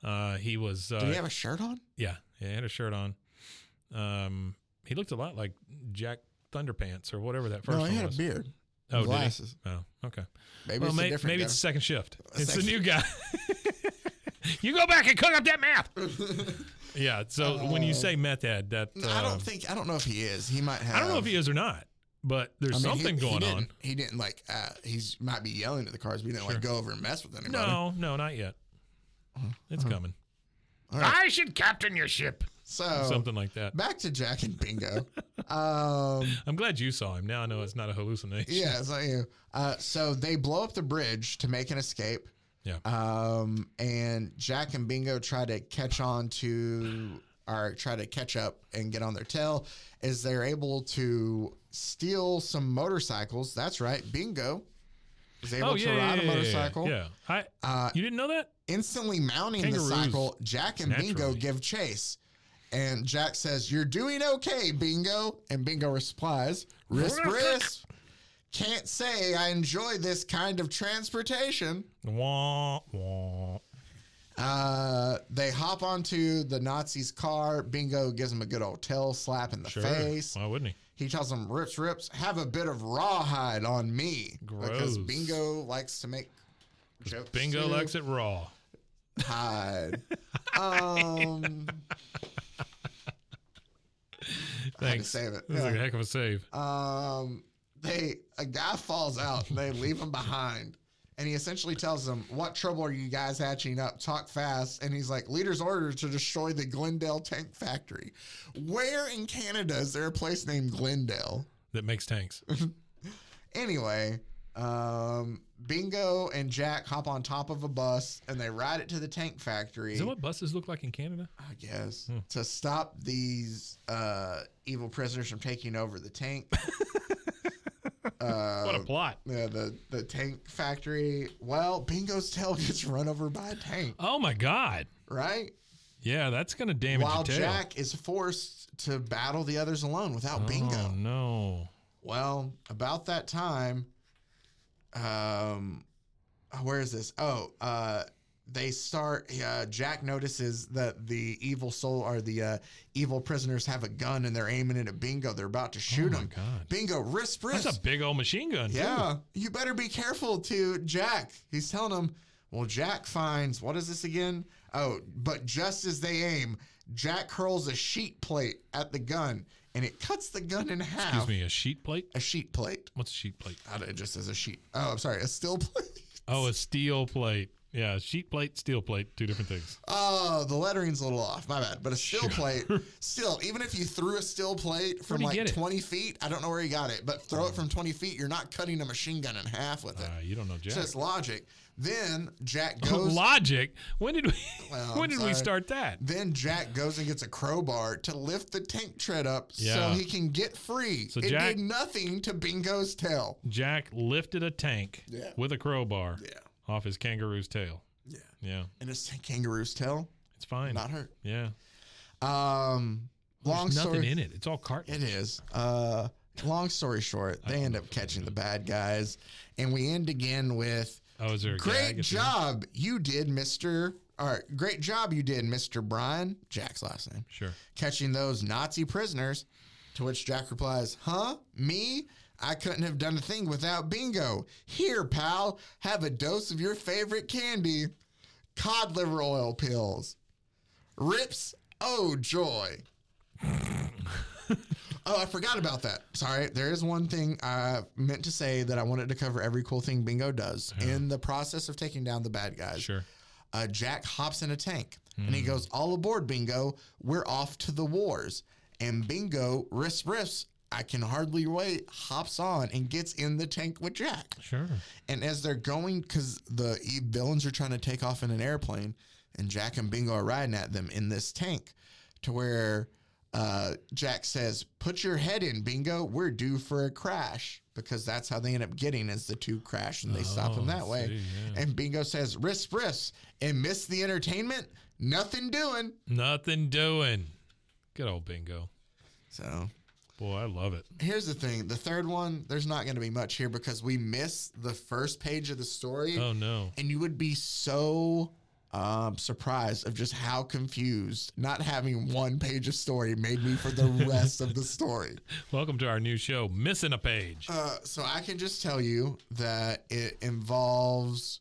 Speaker 1: Uh, he was. Uh,
Speaker 2: Did he have a shirt on?
Speaker 1: Yeah, yeah, he had a shirt on. Um, he looked a lot like Jack Thunderpants or whatever that first
Speaker 2: No,
Speaker 1: one
Speaker 2: he had a
Speaker 1: was.
Speaker 2: beard.
Speaker 1: oh, did he?
Speaker 2: glasses.
Speaker 1: Oh, okay.
Speaker 2: Maybe
Speaker 1: well,
Speaker 2: it's a
Speaker 1: may-
Speaker 2: different
Speaker 1: maybe
Speaker 2: guy.
Speaker 1: it's the second shift. It's the
Speaker 2: second-
Speaker 1: new guy. you go back and cook up that map. yeah. So when you say meth head, that
Speaker 2: No, Oh. I
Speaker 1: um,
Speaker 2: don't think. I don't know if he is. He might have.
Speaker 1: I don't know if he is or not, but there's
Speaker 2: I mean, he-
Speaker 1: something
Speaker 2: he
Speaker 1: going
Speaker 2: didn't-
Speaker 1: on.
Speaker 2: He didn't like. Uh, he's might be yelling at the cars, but he didn't like go over and mess with anybody. Uh-huh.
Speaker 1: No, no, not yet. It's coming.
Speaker 2: All right. Oh.
Speaker 1: I should captain your ship.
Speaker 2: So
Speaker 1: Something like that.
Speaker 2: back to Jack and Bingo. um,
Speaker 1: I'm glad you saw him. Now I know it's not a hallucination.
Speaker 2: yeah, it's like you. Uh, so they blow up the bridge to make an escape.
Speaker 1: Yeah.
Speaker 2: Um, and Jack and Bingo try to catch on to or try to catch up and get on their tail is they're able to steal some motorcycles. That's right. Bingo is able to ride a motorcycle.
Speaker 1: Oh, Yeah. I,
Speaker 2: Uh,
Speaker 1: you didn't know that?
Speaker 2: instantly mounting
Speaker 1: Kangaroos,
Speaker 2: the cycle, Jack and Bingo
Speaker 1: naturally.
Speaker 2: give chase. And Jack says, You're doing okay, Bingo. And Bingo replies, Risk, risk. Can't say I enjoy this kind of transportation.
Speaker 1: Wah, wah.
Speaker 2: Uh, they hop onto the Nazi's car. Bingo gives him a good old tail slap in the
Speaker 1: Sure.
Speaker 2: face.
Speaker 1: Why wouldn't he?
Speaker 2: He tells him, Rips, rips, have a bit of rawhide on me.
Speaker 1: Gross.
Speaker 2: Because Bingo likes to make jokes.
Speaker 1: Bingo
Speaker 2: too.
Speaker 1: likes it raw.
Speaker 2: Hide. um, I had to
Speaker 1: Thanks.
Speaker 2: save it.
Speaker 1: This is a
Speaker 2: Yeah.
Speaker 1: heck of a save.
Speaker 2: Um, they a guy falls out. and They leave him behind, and he essentially tells them, "What trouble are you guys hatching up? Talk fast." And he's like, "Leader's order to destroy the Glendale tank factory." Where in Canada is there a place named Glendale?
Speaker 1: that makes tanks.
Speaker 2: Anyway, um, Bingo and Jack hop on top of a bus and they ride it to the tank factory.
Speaker 1: Is that what buses look like in Canada?
Speaker 2: I guess,
Speaker 1: Hmm.
Speaker 2: to stop these uh, evil prisoners from taking over the tank. uh,
Speaker 1: what a plot.
Speaker 2: yeah, the, the tank factory. Well, Bingo's tail gets run over by a tank,
Speaker 1: Oh my God.
Speaker 2: right?
Speaker 1: Yeah, that's going to damage
Speaker 2: While
Speaker 1: your tail.
Speaker 2: Jack is forced to battle the others alone without
Speaker 1: Oh,
Speaker 2: Bingo.
Speaker 1: no.
Speaker 2: Well, about that time, um, oh, where is this? Oh, uh, they start. Uh, Jack notices that the evil soul or the uh, evil prisoners have a gun and they're aiming it at Bingo. They're about to shoot
Speaker 1: oh my
Speaker 2: him.
Speaker 1: God.
Speaker 2: Bingo, wrist, wrist.
Speaker 1: That's a big old machine gun. too.
Speaker 2: Yeah, you better be careful to Jack. He's telling him, well, Jack finds, what is this again? Oh, but just as they aim, Jack hurls a sheet plate at the gun and it cuts the gun in half.
Speaker 1: Excuse me, a sheet plate?
Speaker 2: A sheet plate.
Speaker 1: What's a sheet plate?
Speaker 2: I don't- It just says a sheet. Oh, I'm sorry, a steel plate.
Speaker 1: Oh, a steel plate. Yeah, sheet plate, steel plate, two different things.
Speaker 2: Oh, the lettering's a little off. My bad. But a steel plate, still, even if you threw a steel plate from
Speaker 1: Where'd he
Speaker 2: like
Speaker 1: get it?
Speaker 2: 20 feet, I don't know where he got it, but throw it from 20 feet, you're not cutting a machine gun in half with it.
Speaker 1: Uh, you don't know Jack.
Speaker 2: It's just logic. Then Jack goes.
Speaker 1: Logic. When did we
Speaker 2: Well, I'm
Speaker 1: when did we
Speaker 2: sorry.
Speaker 1: start that?
Speaker 2: Then Jack goes and gets a crowbar to lift the tank tread up
Speaker 1: Yeah.
Speaker 2: so he can get free.
Speaker 1: So
Speaker 2: it
Speaker 1: Jack-
Speaker 2: did nothing to Bingo's tail.
Speaker 1: Jack lifted a tank
Speaker 2: Yeah.
Speaker 1: with a crowbar
Speaker 2: Yeah.
Speaker 1: off his kangaroo's tail.
Speaker 2: Yeah.
Speaker 1: Yeah,
Speaker 2: And it's kangaroo's tail,
Speaker 1: it's fine.
Speaker 2: not hurt.
Speaker 1: yeah,
Speaker 2: Um, long
Speaker 1: There's nothing
Speaker 2: story.
Speaker 1: in it. It's all carton.
Speaker 2: It is. Uh, long story short, they end up catching the bad guys, and we end again with
Speaker 1: Oh, is there a gag at
Speaker 2: "Great
Speaker 1: the
Speaker 2: job you did, Mister." All right, great job you did, Mister Brian. Jack's last name.
Speaker 1: end? Sure.
Speaker 2: Catching those Nazi prisoners. To which Jack replies, "Huh? Me? I couldn't have done a thing without Bingo. Here, pal, have a dose of your favorite candy, cod liver oil pills." Rips. Oh joy. Oh, I forgot about that. Sorry, there is one thing I meant to say that I wanted to cover every cool thing Bingo does in the process of taking down the bad guys.
Speaker 1: Sure.
Speaker 2: Uh, Jack hops in a tank and he goes, "All aboard, Bingo! We're off to the wars!" And Bingo, wrist riffs, I can hardly wait, hops on and gets in the tank with Jack.
Speaker 1: Sure.
Speaker 2: And as they're going, because the e- villains are trying to take off in an airplane, and Jack and Bingo are riding at them in this tank to where uh, Jack says, Put your head in, Bingo. We're due for a crash because that's how they end up getting is the two crash and they stop them
Speaker 1: Oh, I
Speaker 2: that way.
Speaker 1: see, yeah.
Speaker 2: And Bingo says, Wrist, wrist, and miss the entertainment. Nothing doing.
Speaker 1: Nothing doing. Good old bingo.
Speaker 2: So
Speaker 1: Boy, I love it.
Speaker 2: here's the thing the third one, there's not going to be much here because we miss the first page of the story.
Speaker 1: Oh no.
Speaker 2: and you would be so um, surprised of just how confused not having one page of story made me for the rest of the story.
Speaker 1: Welcome to our new show, Missing a Page.
Speaker 2: Uh, so I can just tell you that it involves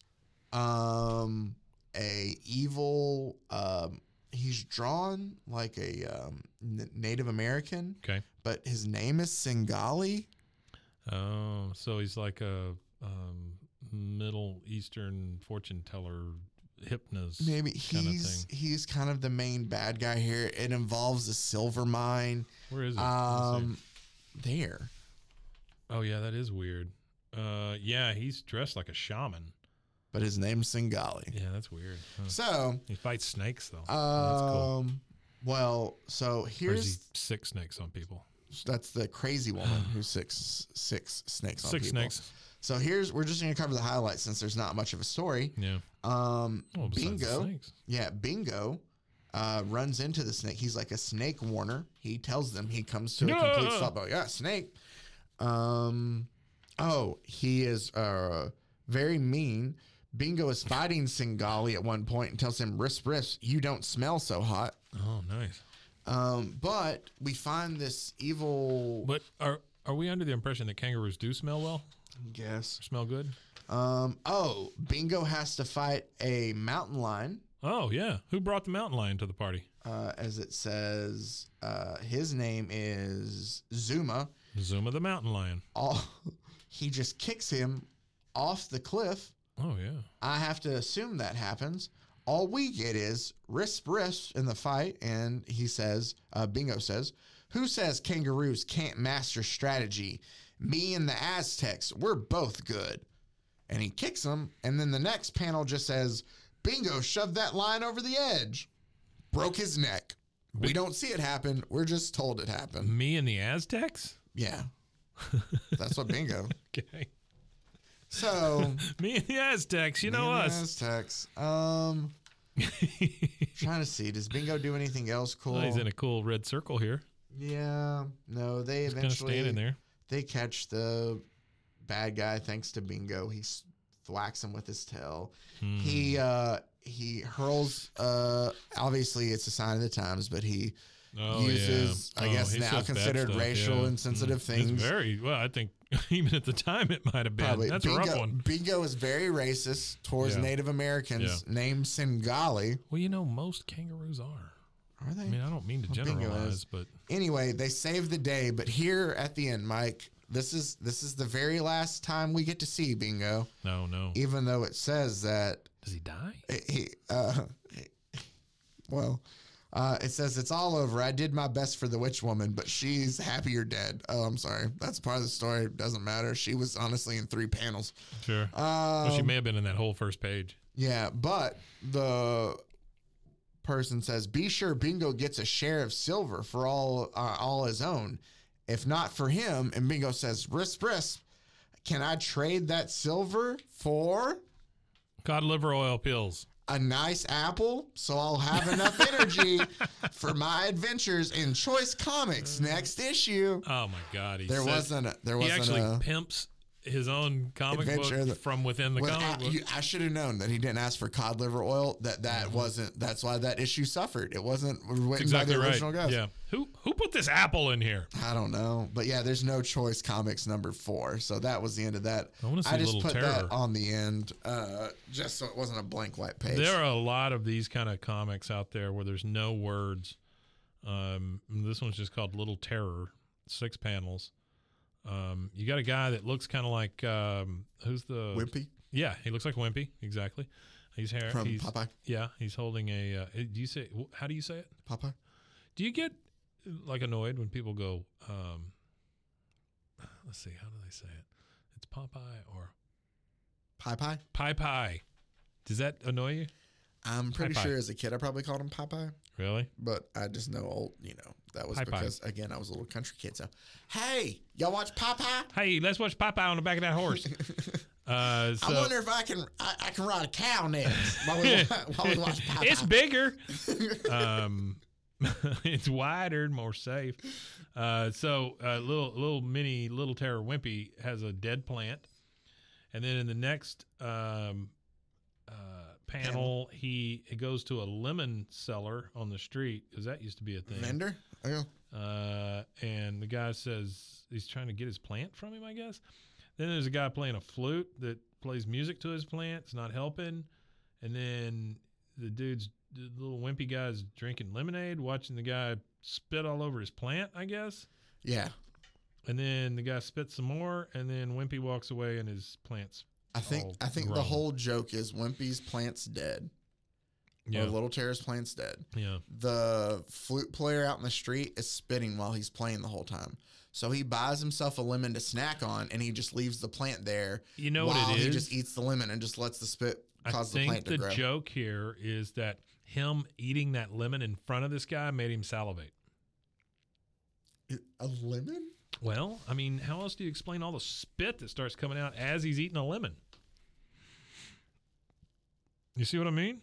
Speaker 2: um, a evil. Um, he's drawn like a um, N- Native American,
Speaker 1: Okay.
Speaker 2: but his name is Singali.
Speaker 1: Oh, so he's like a um, Middle Eastern fortune teller, hypnose.
Speaker 2: Maybe
Speaker 1: kinda
Speaker 2: he's he's kind of the main bad guy here. It involves a silver mine.
Speaker 1: Where is it? Let's see.
Speaker 2: Um, there.
Speaker 1: oh yeah, that is weird. Uh, yeah, he's dressed like a shaman.
Speaker 2: but his name's Singali.
Speaker 1: Yeah, that's weird. Huh.
Speaker 2: So,
Speaker 1: He fights snakes though. Oh,
Speaker 2: um, well, so
Speaker 1: Or is he
Speaker 2: here's
Speaker 1: sick snakes on people?
Speaker 2: that's the crazy woman who six six snakes on
Speaker 1: Six
Speaker 2: people.
Speaker 1: snakes.
Speaker 2: So here's we're just gonna cover the highlights since there's not much of a story.
Speaker 1: Yeah.
Speaker 2: Um,
Speaker 1: Well, besides the
Speaker 2: bingo,
Speaker 1: snakes.
Speaker 2: yeah, bingo. Uh, runs into the snake. He's like a snake warner. He tells them he comes to a complete
Speaker 1: Yeah.
Speaker 2: stop. Oh yeah, snake. Um, oh, he is uh very mean. Bingo is fighting Singali at one point and tells him, "Wrist, wrist, you don't smell so hot."
Speaker 1: Oh, nice.
Speaker 2: Um, but we find this evil.
Speaker 1: But are are we under the impression that kangaroos do smell well?
Speaker 2: Yes.
Speaker 1: Smell good?
Speaker 2: Um. Oh, Bingo has to fight a mountain lion.
Speaker 1: Oh yeah. Who brought the mountain lion to the party?
Speaker 2: Uh, as it says, uh, his name is Zuma.
Speaker 1: Zuma the mountain lion.
Speaker 2: All he just kicks him off the cliff.
Speaker 1: Oh yeah.
Speaker 2: I have to assume that happens. All we get is wrist wrist in the fight, and he says, uh, Bingo says, "Who says kangaroos can't master strategy? Me and the Aztecs, we're both good." And he kicks him, and then the next panel just says, "Bingo shoved that line over the edge, broke his neck." We don't see it happen. We're just told it happened.
Speaker 1: Me and the Aztecs.
Speaker 2: Yeah, that's what bingo.
Speaker 1: Okay.
Speaker 2: So
Speaker 1: Me and the Aztecs. You know us.
Speaker 2: Aztecs. Um, trying to see. Does Bingo do anything else cool?
Speaker 1: Well, Oh, he's in a cool red circle here.
Speaker 2: yeah. No, they
Speaker 1: He's kind of
Speaker 2: eventually
Speaker 1: standing there.
Speaker 2: they catch the bad guy thanks to Bingo. He s- thwacks him with his tail.
Speaker 1: Hmm.
Speaker 2: He uh he hurls. Uh, obviously it's a sign of the times, but he
Speaker 1: Oh,
Speaker 2: uses, I guess,
Speaker 1: he
Speaker 2: now
Speaker 1: says bad Hmm.
Speaker 2: considered racial insensitive things.
Speaker 1: It's very well. I think even at the time it might have been.
Speaker 2: probably
Speaker 1: That's
Speaker 2: Bingo,
Speaker 1: a rough one.
Speaker 2: Bingo is very racist towards
Speaker 1: Yeah.
Speaker 2: Native Americans named Singali.
Speaker 1: Well, you know, most kangaroos are.
Speaker 2: Are they?
Speaker 1: I mean, I don't mean to
Speaker 2: bingo
Speaker 1: generalize,
Speaker 2: is.
Speaker 1: but
Speaker 2: anyway, they saved the day, but here at the end, Mike, this is this is the very last time we get to see Bingo,
Speaker 1: no, no.
Speaker 2: even though it says that
Speaker 1: Does he die?
Speaker 2: he uh well, uh, it says it's all over. I did my best for the witch woman, but she's happy you're dead. Oh, I'm sorry. That's part of the story. Doesn't matter. She was honestly in three panels.
Speaker 1: Sure. well,
Speaker 2: Um,
Speaker 1: she may have been in that whole first page.
Speaker 2: Yeah, but the person says, "Be sure Bingo gets a share of silver for all uh, all his own. If not for him," and Bingo says, "Risk, risk. Can I trade that silver for
Speaker 1: Cod liver oil pills.
Speaker 2: a nice apple? So I'll have enough energy for my adventures in Choice Comics next issue."
Speaker 1: Oh my God. He
Speaker 2: There
Speaker 1: says-
Speaker 2: wasn't. A, there
Speaker 1: He
Speaker 2: wasn't.
Speaker 1: actually
Speaker 2: a,
Speaker 1: pimps his own comic
Speaker 2: Adventure
Speaker 1: book
Speaker 2: that-
Speaker 1: from within the
Speaker 2: without-
Speaker 1: comic book.
Speaker 2: you- I should have known that he didn't ask for cod liver oil. That that wasn't. That's why that issue suffered. It wasn't written
Speaker 1: Mm-hmm. exactly
Speaker 2: by the
Speaker 1: right.
Speaker 2: original guys.
Speaker 1: Yeah. Who who put this apple in here?
Speaker 2: I don't know, but yeah, there's no choice comics number four, so that was the end of that.
Speaker 1: I wanna see
Speaker 2: just
Speaker 1: Little
Speaker 2: put
Speaker 1: Terror.
Speaker 2: that on the end, uh, just so it wasn't a blank white page.
Speaker 1: There are a lot of these kind of comics out there where there's no words. Um, this one's just called Little Terror, six panels. Um, you got a guy that looks kind of like um, who's the
Speaker 2: Wimpy
Speaker 1: Yeah, he looks like Wimpy exactly. He's hair.
Speaker 2: from
Speaker 1: he's,
Speaker 2: Popeye.
Speaker 1: Yeah, he's holding a. Uh, do you say wh- how do you say it?
Speaker 2: Popeye.
Speaker 1: Do you get like annoyed when people go? Um, let's see, how do they say it? It's Popeye or
Speaker 2: Pie pie.
Speaker 1: Pie Pie. Does that annoy you?
Speaker 2: I'm pretty
Speaker 1: Popeye.
Speaker 2: sure as a kid I probably called him Popeye,
Speaker 1: Really?
Speaker 2: but I just know old. You know that was
Speaker 1: Popeye.
Speaker 2: because again I was a little country kid. So hey, y'all watch Popeye?
Speaker 1: Hey, let's watch Popeye on the back of that horse. Uh, so
Speaker 2: I wonder if I can I, I can ride a cow next while we, while we watch Popeye.
Speaker 1: it's bigger. um, it's wider and more safe. Uh, so uh, little little mini little terror wimpy has a dead plant, and then in the next um, uh, panel, he he goes to a lemon cellar on the street because that used to be a thing.
Speaker 2: Vendor? Yeah.
Speaker 1: Uh, and the guy says he's trying to get his plant from him, I guess. Then there's a guy playing a flute that plays music to his plant. It's not helping. And then the dude's the little wimpy guy's drinking lemonade, watching the guy spit all over his plant, I guess.
Speaker 2: Yeah.
Speaker 1: And then the guy spits some more, and then Wimpy walks away, and his plants.
Speaker 2: I think
Speaker 1: all
Speaker 2: I think the
Speaker 1: grown.
Speaker 2: whole joke is Wimpy's plant's dead.
Speaker 1: Yeah,
Speaker 2: Or Little Terror's plant's dead.
Speaker 1: yeah,
Speaker 2: The flute player out in the street is spitting while he's playing the whole time. So he buys himself a lemon to snack on and he just leaves the plant there.
Speaker 1: You know what
Speaker 2: while
Speaker 1: it
Speaker 2: he
Speaker 1: is?
Speaker 2: just eats the lemon and just lets the spit
Speaker 1: I
Speaker 2: cause the
Speaker 1: think
Speaker 2: plant
Speaker 1: the
Speaker 2: to grow.
Speaker 1: joke here is that him eating that lemon in front of this guy made him salivate.
Speaker 2: a lemon?
Speaker 1: Well, I mean, how else do you explain all the spit that starts coming out as he's eating a lemon? You see what I mean?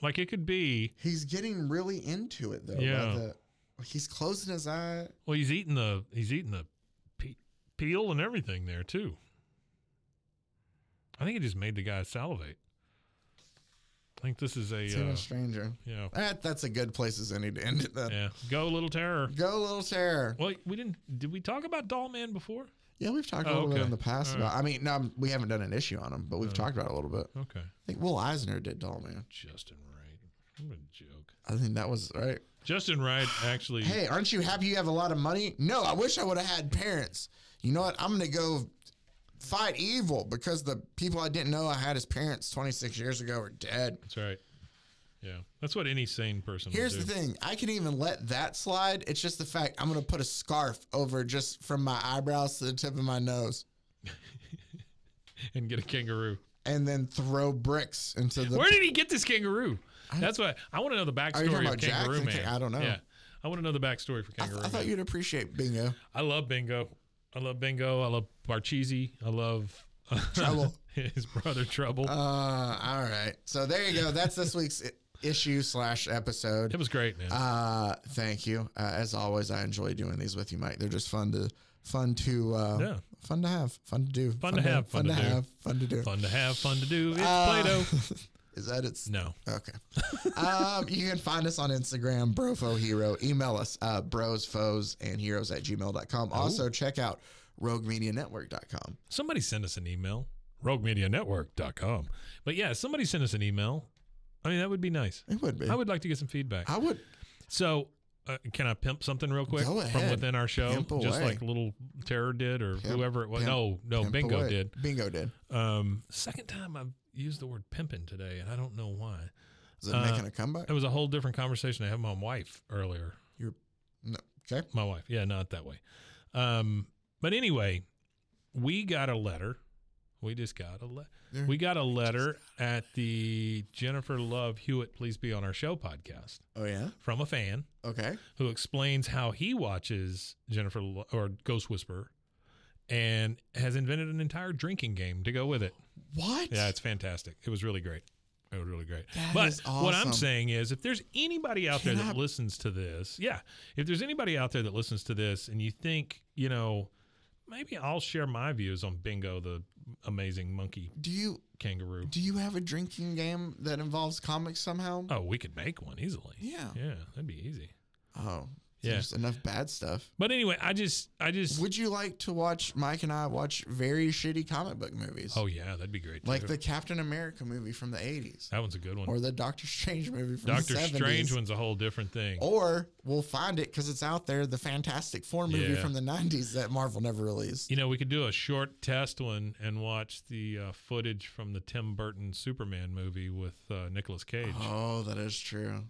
Speaker 1: Like it could be,
Speaker 2: He's getting really into it though. by
Speaker 1: Yeah.
Speaker 2: the- he's closing his eye.
Speaker 1: well, he's eating the he's eating the pe- peel and everything there too. I think it just made the guy salivate. I think this is
Speaker 2: It's
Speaker 1: a
Speaker 2: even
Speaker 1: uh,
Speaker 2: stranger.
Speaker 1: yeah
Speaker 2: That that's a good place as any to end it then.
Speaker 1: yeah go little terror.
Speaker 2: Go little terror.
Speaker 1: Well, we didn't did we talk about Doll Man before?
Speaker 2: Yeah, we've talked
Speaker 1: Oh,
Speaker 2: a little bit
Speaker 1: okay.
Speaker 2: in the past
Speaker 1: All
Speaker 2: about. I mean, no, we haven't done an issue on him, but we've talked about it a little bit. I
Speaker 1: Okay,
Speaker 2: think Will Eisner did Dollman.
Speaker 1: Justin Wright. What a joke.
Speaker 2: I think that was right.
Speaker 1: Justin Wright actually.
Speaker 2: Hey, aren't you happy you have a lot of money? No, I wish I would have had parents. You know what? I'm gonna go fight evil because the people I didn't know I had as parents 26 years ago are dead.
Speaker 1: That's right. Yeah, that's what any sane person. would
Speaker 2: Here's
Speaker 1: do.
Speaker 2: the thing: I can even let that slide. It's just the fact I'm gonna put a scarf over just from my eyebrows to the tip of my nose,
Speaker 1: and get a kangaroo.
Speaker 2: and then throw bricks into the.
Speaker 1: Where did he get this kangaroo? That's what I want to know the
Speaker 2: you
Speaker 1: backstory
Speaker 2: talking
Speaker 1: of
Speaker 2: about Jack's
Speaker 1: Kangaroo
Speaker 2: and
Speaker 1: Man.
Speaker 2: Ka- I don't know.
Speaker 1: Yeah, I want to know the backstory for
Speaker 2: I, th-
Speaker 1: Kangaroo
Speaker 2: I thought
Speaker 1: Man.
Speaker 2: you'd appreciate bingo.
Speaker 1: I love Bingo. I love Bingo. I love Barcheesi. I love
Speaker 2: Trouble.
Speaker 1: his brother Trouble.
Speaker 2: Uh, all right. So there you go. That's this week's i- issue slash
Speaker 1: it
Speaker 2: episode.
Speaker 1: was great, man.
Speaker 2: Uh, thank you. Uh, as always, I enjoy doing these with you, Mike. They're just fun to fun to uh,
Speaker 1: Yeah.
Speaker 2: fun to have, fun to do,
Speaker 1: Fun to have,
Speaker 2: fun to have, fun to do.
Speaker 1: fun to have, fun to do. It's
Speaker 2: Uh,
Speaker 1: Play-Doh.
Speaker 2: Is that it's
Speaker 1: No.
Speaker 2: Okay. um, you can find us on Instagram, brofohero. Email us, uh, bros, foes, and heroes at gmail.com.
Speaker 1: Oh.
Speaker 2: Also, check out roguemedianetwork.com.
Speaker 1: somebody send us an email roguemedianetwork.com but yeah somebody send us an email i mean that would be nice
Speaker 2: It would be.
Speaker 1: i would like to get some feedback
Speaker 2: I would
Speaker 1: so uh, can i pimp something real quick
Speaker 2: Go
Speaker 1: from
Speaker 2: ahead.
Speaker 1: within our show
Speaker 2: Pimp
Speaker 1: just
Speaker 2: away.
Speaker 1: like little terror did or
Speaker 2: Pimp-
Speaker 1: whoever it was
Speaker 2: pimp-
Speaker 1: no no
Speaker 2: pimp
Speaker 1: bingo
Speaker 2: away.
Speaker 1: did
Speaker 2: Oh, Bingo did.
Speaker 1: um second time i've used the word pimping today and i don't know why
Speaker 2: Is it
Speaker 1: Uh,
Speaker 2: making a comeback?
Speaker 1: it was a whole different conversation i had with my wife earlier
Speaker 2: No. Okay.
Speaker 1: my wife yeah not that way um but anyway we got a letter we just got a letter
Speaker 2: There-
Speaker 1: We got a letter at the Jennifer Love Hewitt Please Be on Our Show podcast
Speaker 2: Oh yeah.
Speaker 1: from a fan
Speaker 2: Okay.
Speaker 1: who explains how he watches Jennifer Lo- or Ghost Whisperer and has invented an entire drinking game to go with it.
Speaker 2: What?
Speaker 1: Yeah, it's fantastic. It was really great. It was really great.
Speaker 2: That
Speaker 1: but
Speaker 2: is
Speaker 1: what I'm
Speaker 2: awesome.
Speaker 1: saying is, if there's anybody out there
Speaker 2: Can
Speaker 1: that
Speaker 2: I-
Speaker 1: listens to this, yeah, if there's anybody out there that listens to this and you think, you know, maybe I'll share my views on Bingo, the amazing monkey
Speaker 2: do you
Speaker 1: kangaroo.
Speaker 2: do you have a drinking game that involves comics somehow?
Speaker 1: Oh, we could make one easily.
Speaker 2: Yeah.
Speaker 1: Yeah, that'd be easy.
Speaker 2: Oh.
Speaker 1: Yeah.
Speaker 2: There's enough bad stuff.
Speaker 1: But anyway, I just, I just.
Speaker 2: Would you like to watch Mike and I watch very shitty comic book movies?
Speaker 1: oh yeah, that'd be great.
Speaker 2: Like
Speaker 1: too.
Speaker 2: the Captain America movie from the 80s
Speaker 1: that one's a good
Speaker 2: or
Speaker 1: one.
Speaker 2: the Doctor Strange movie from
Speaker 1: Doctor
Speaker 2: the 70s.
Speaker 1: Strange one's a whole different thing.
Speaker 2: Or we'll find it because it's out there, the Fantastic Four movie
Speaker 1: Yeah.
Speaker 2: from the 90s that Marvel never released.
Speaker 1: You know, we could do a short test one and watch the uh, footage from the Tim Burton Superman movie with uh, Nicolas Cage.
Speaker 2: Oh, that is true.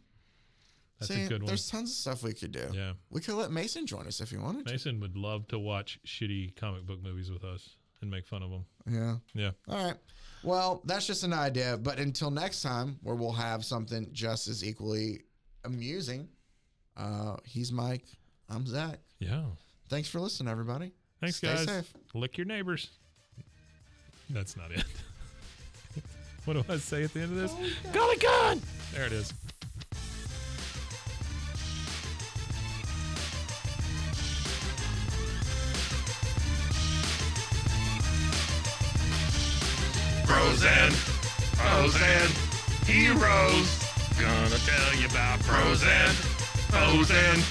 Speaker 1: That's
Speaker 2: See,
Speaker 1: a good one.
Speaker 2: There's tons of stuff we could do.
Speaker 1: Yeah,
Speaker 2: We could let Mason join us if he wanted to.
Speaker 1: Mason would love to watch shitty comic book movies with us. and make fun of them.
Speaker 2: Yeah.
Speaker 1: Yeah.
Speaker 2: All right. Well, that's just an idea. But until next time, where we'll have something just as equally amusing. Uh, he's Mike. I'm Zach.
Speaker 1: Yeah.
Speaker 2: Thanks for listening, everybody.
Speaker 1: Thanks,
Speaker 2: Stay
Speaker 1: guys.
Speaker 2: safe.
Speaker 1: Lick your neighbors. That's not it. what do I say at the end of this?
Speaker 2: Oh,
Speaker 1: Golly God! There it is.
Speaker 3: Frozen, frozen, heroes. Gonna tell you about frozen, frozen,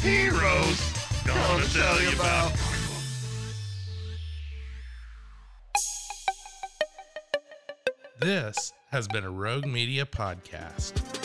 Speaker 3: heroes. Gonna tell you about.
Speaker 4: This has been a Rogue Media podcast.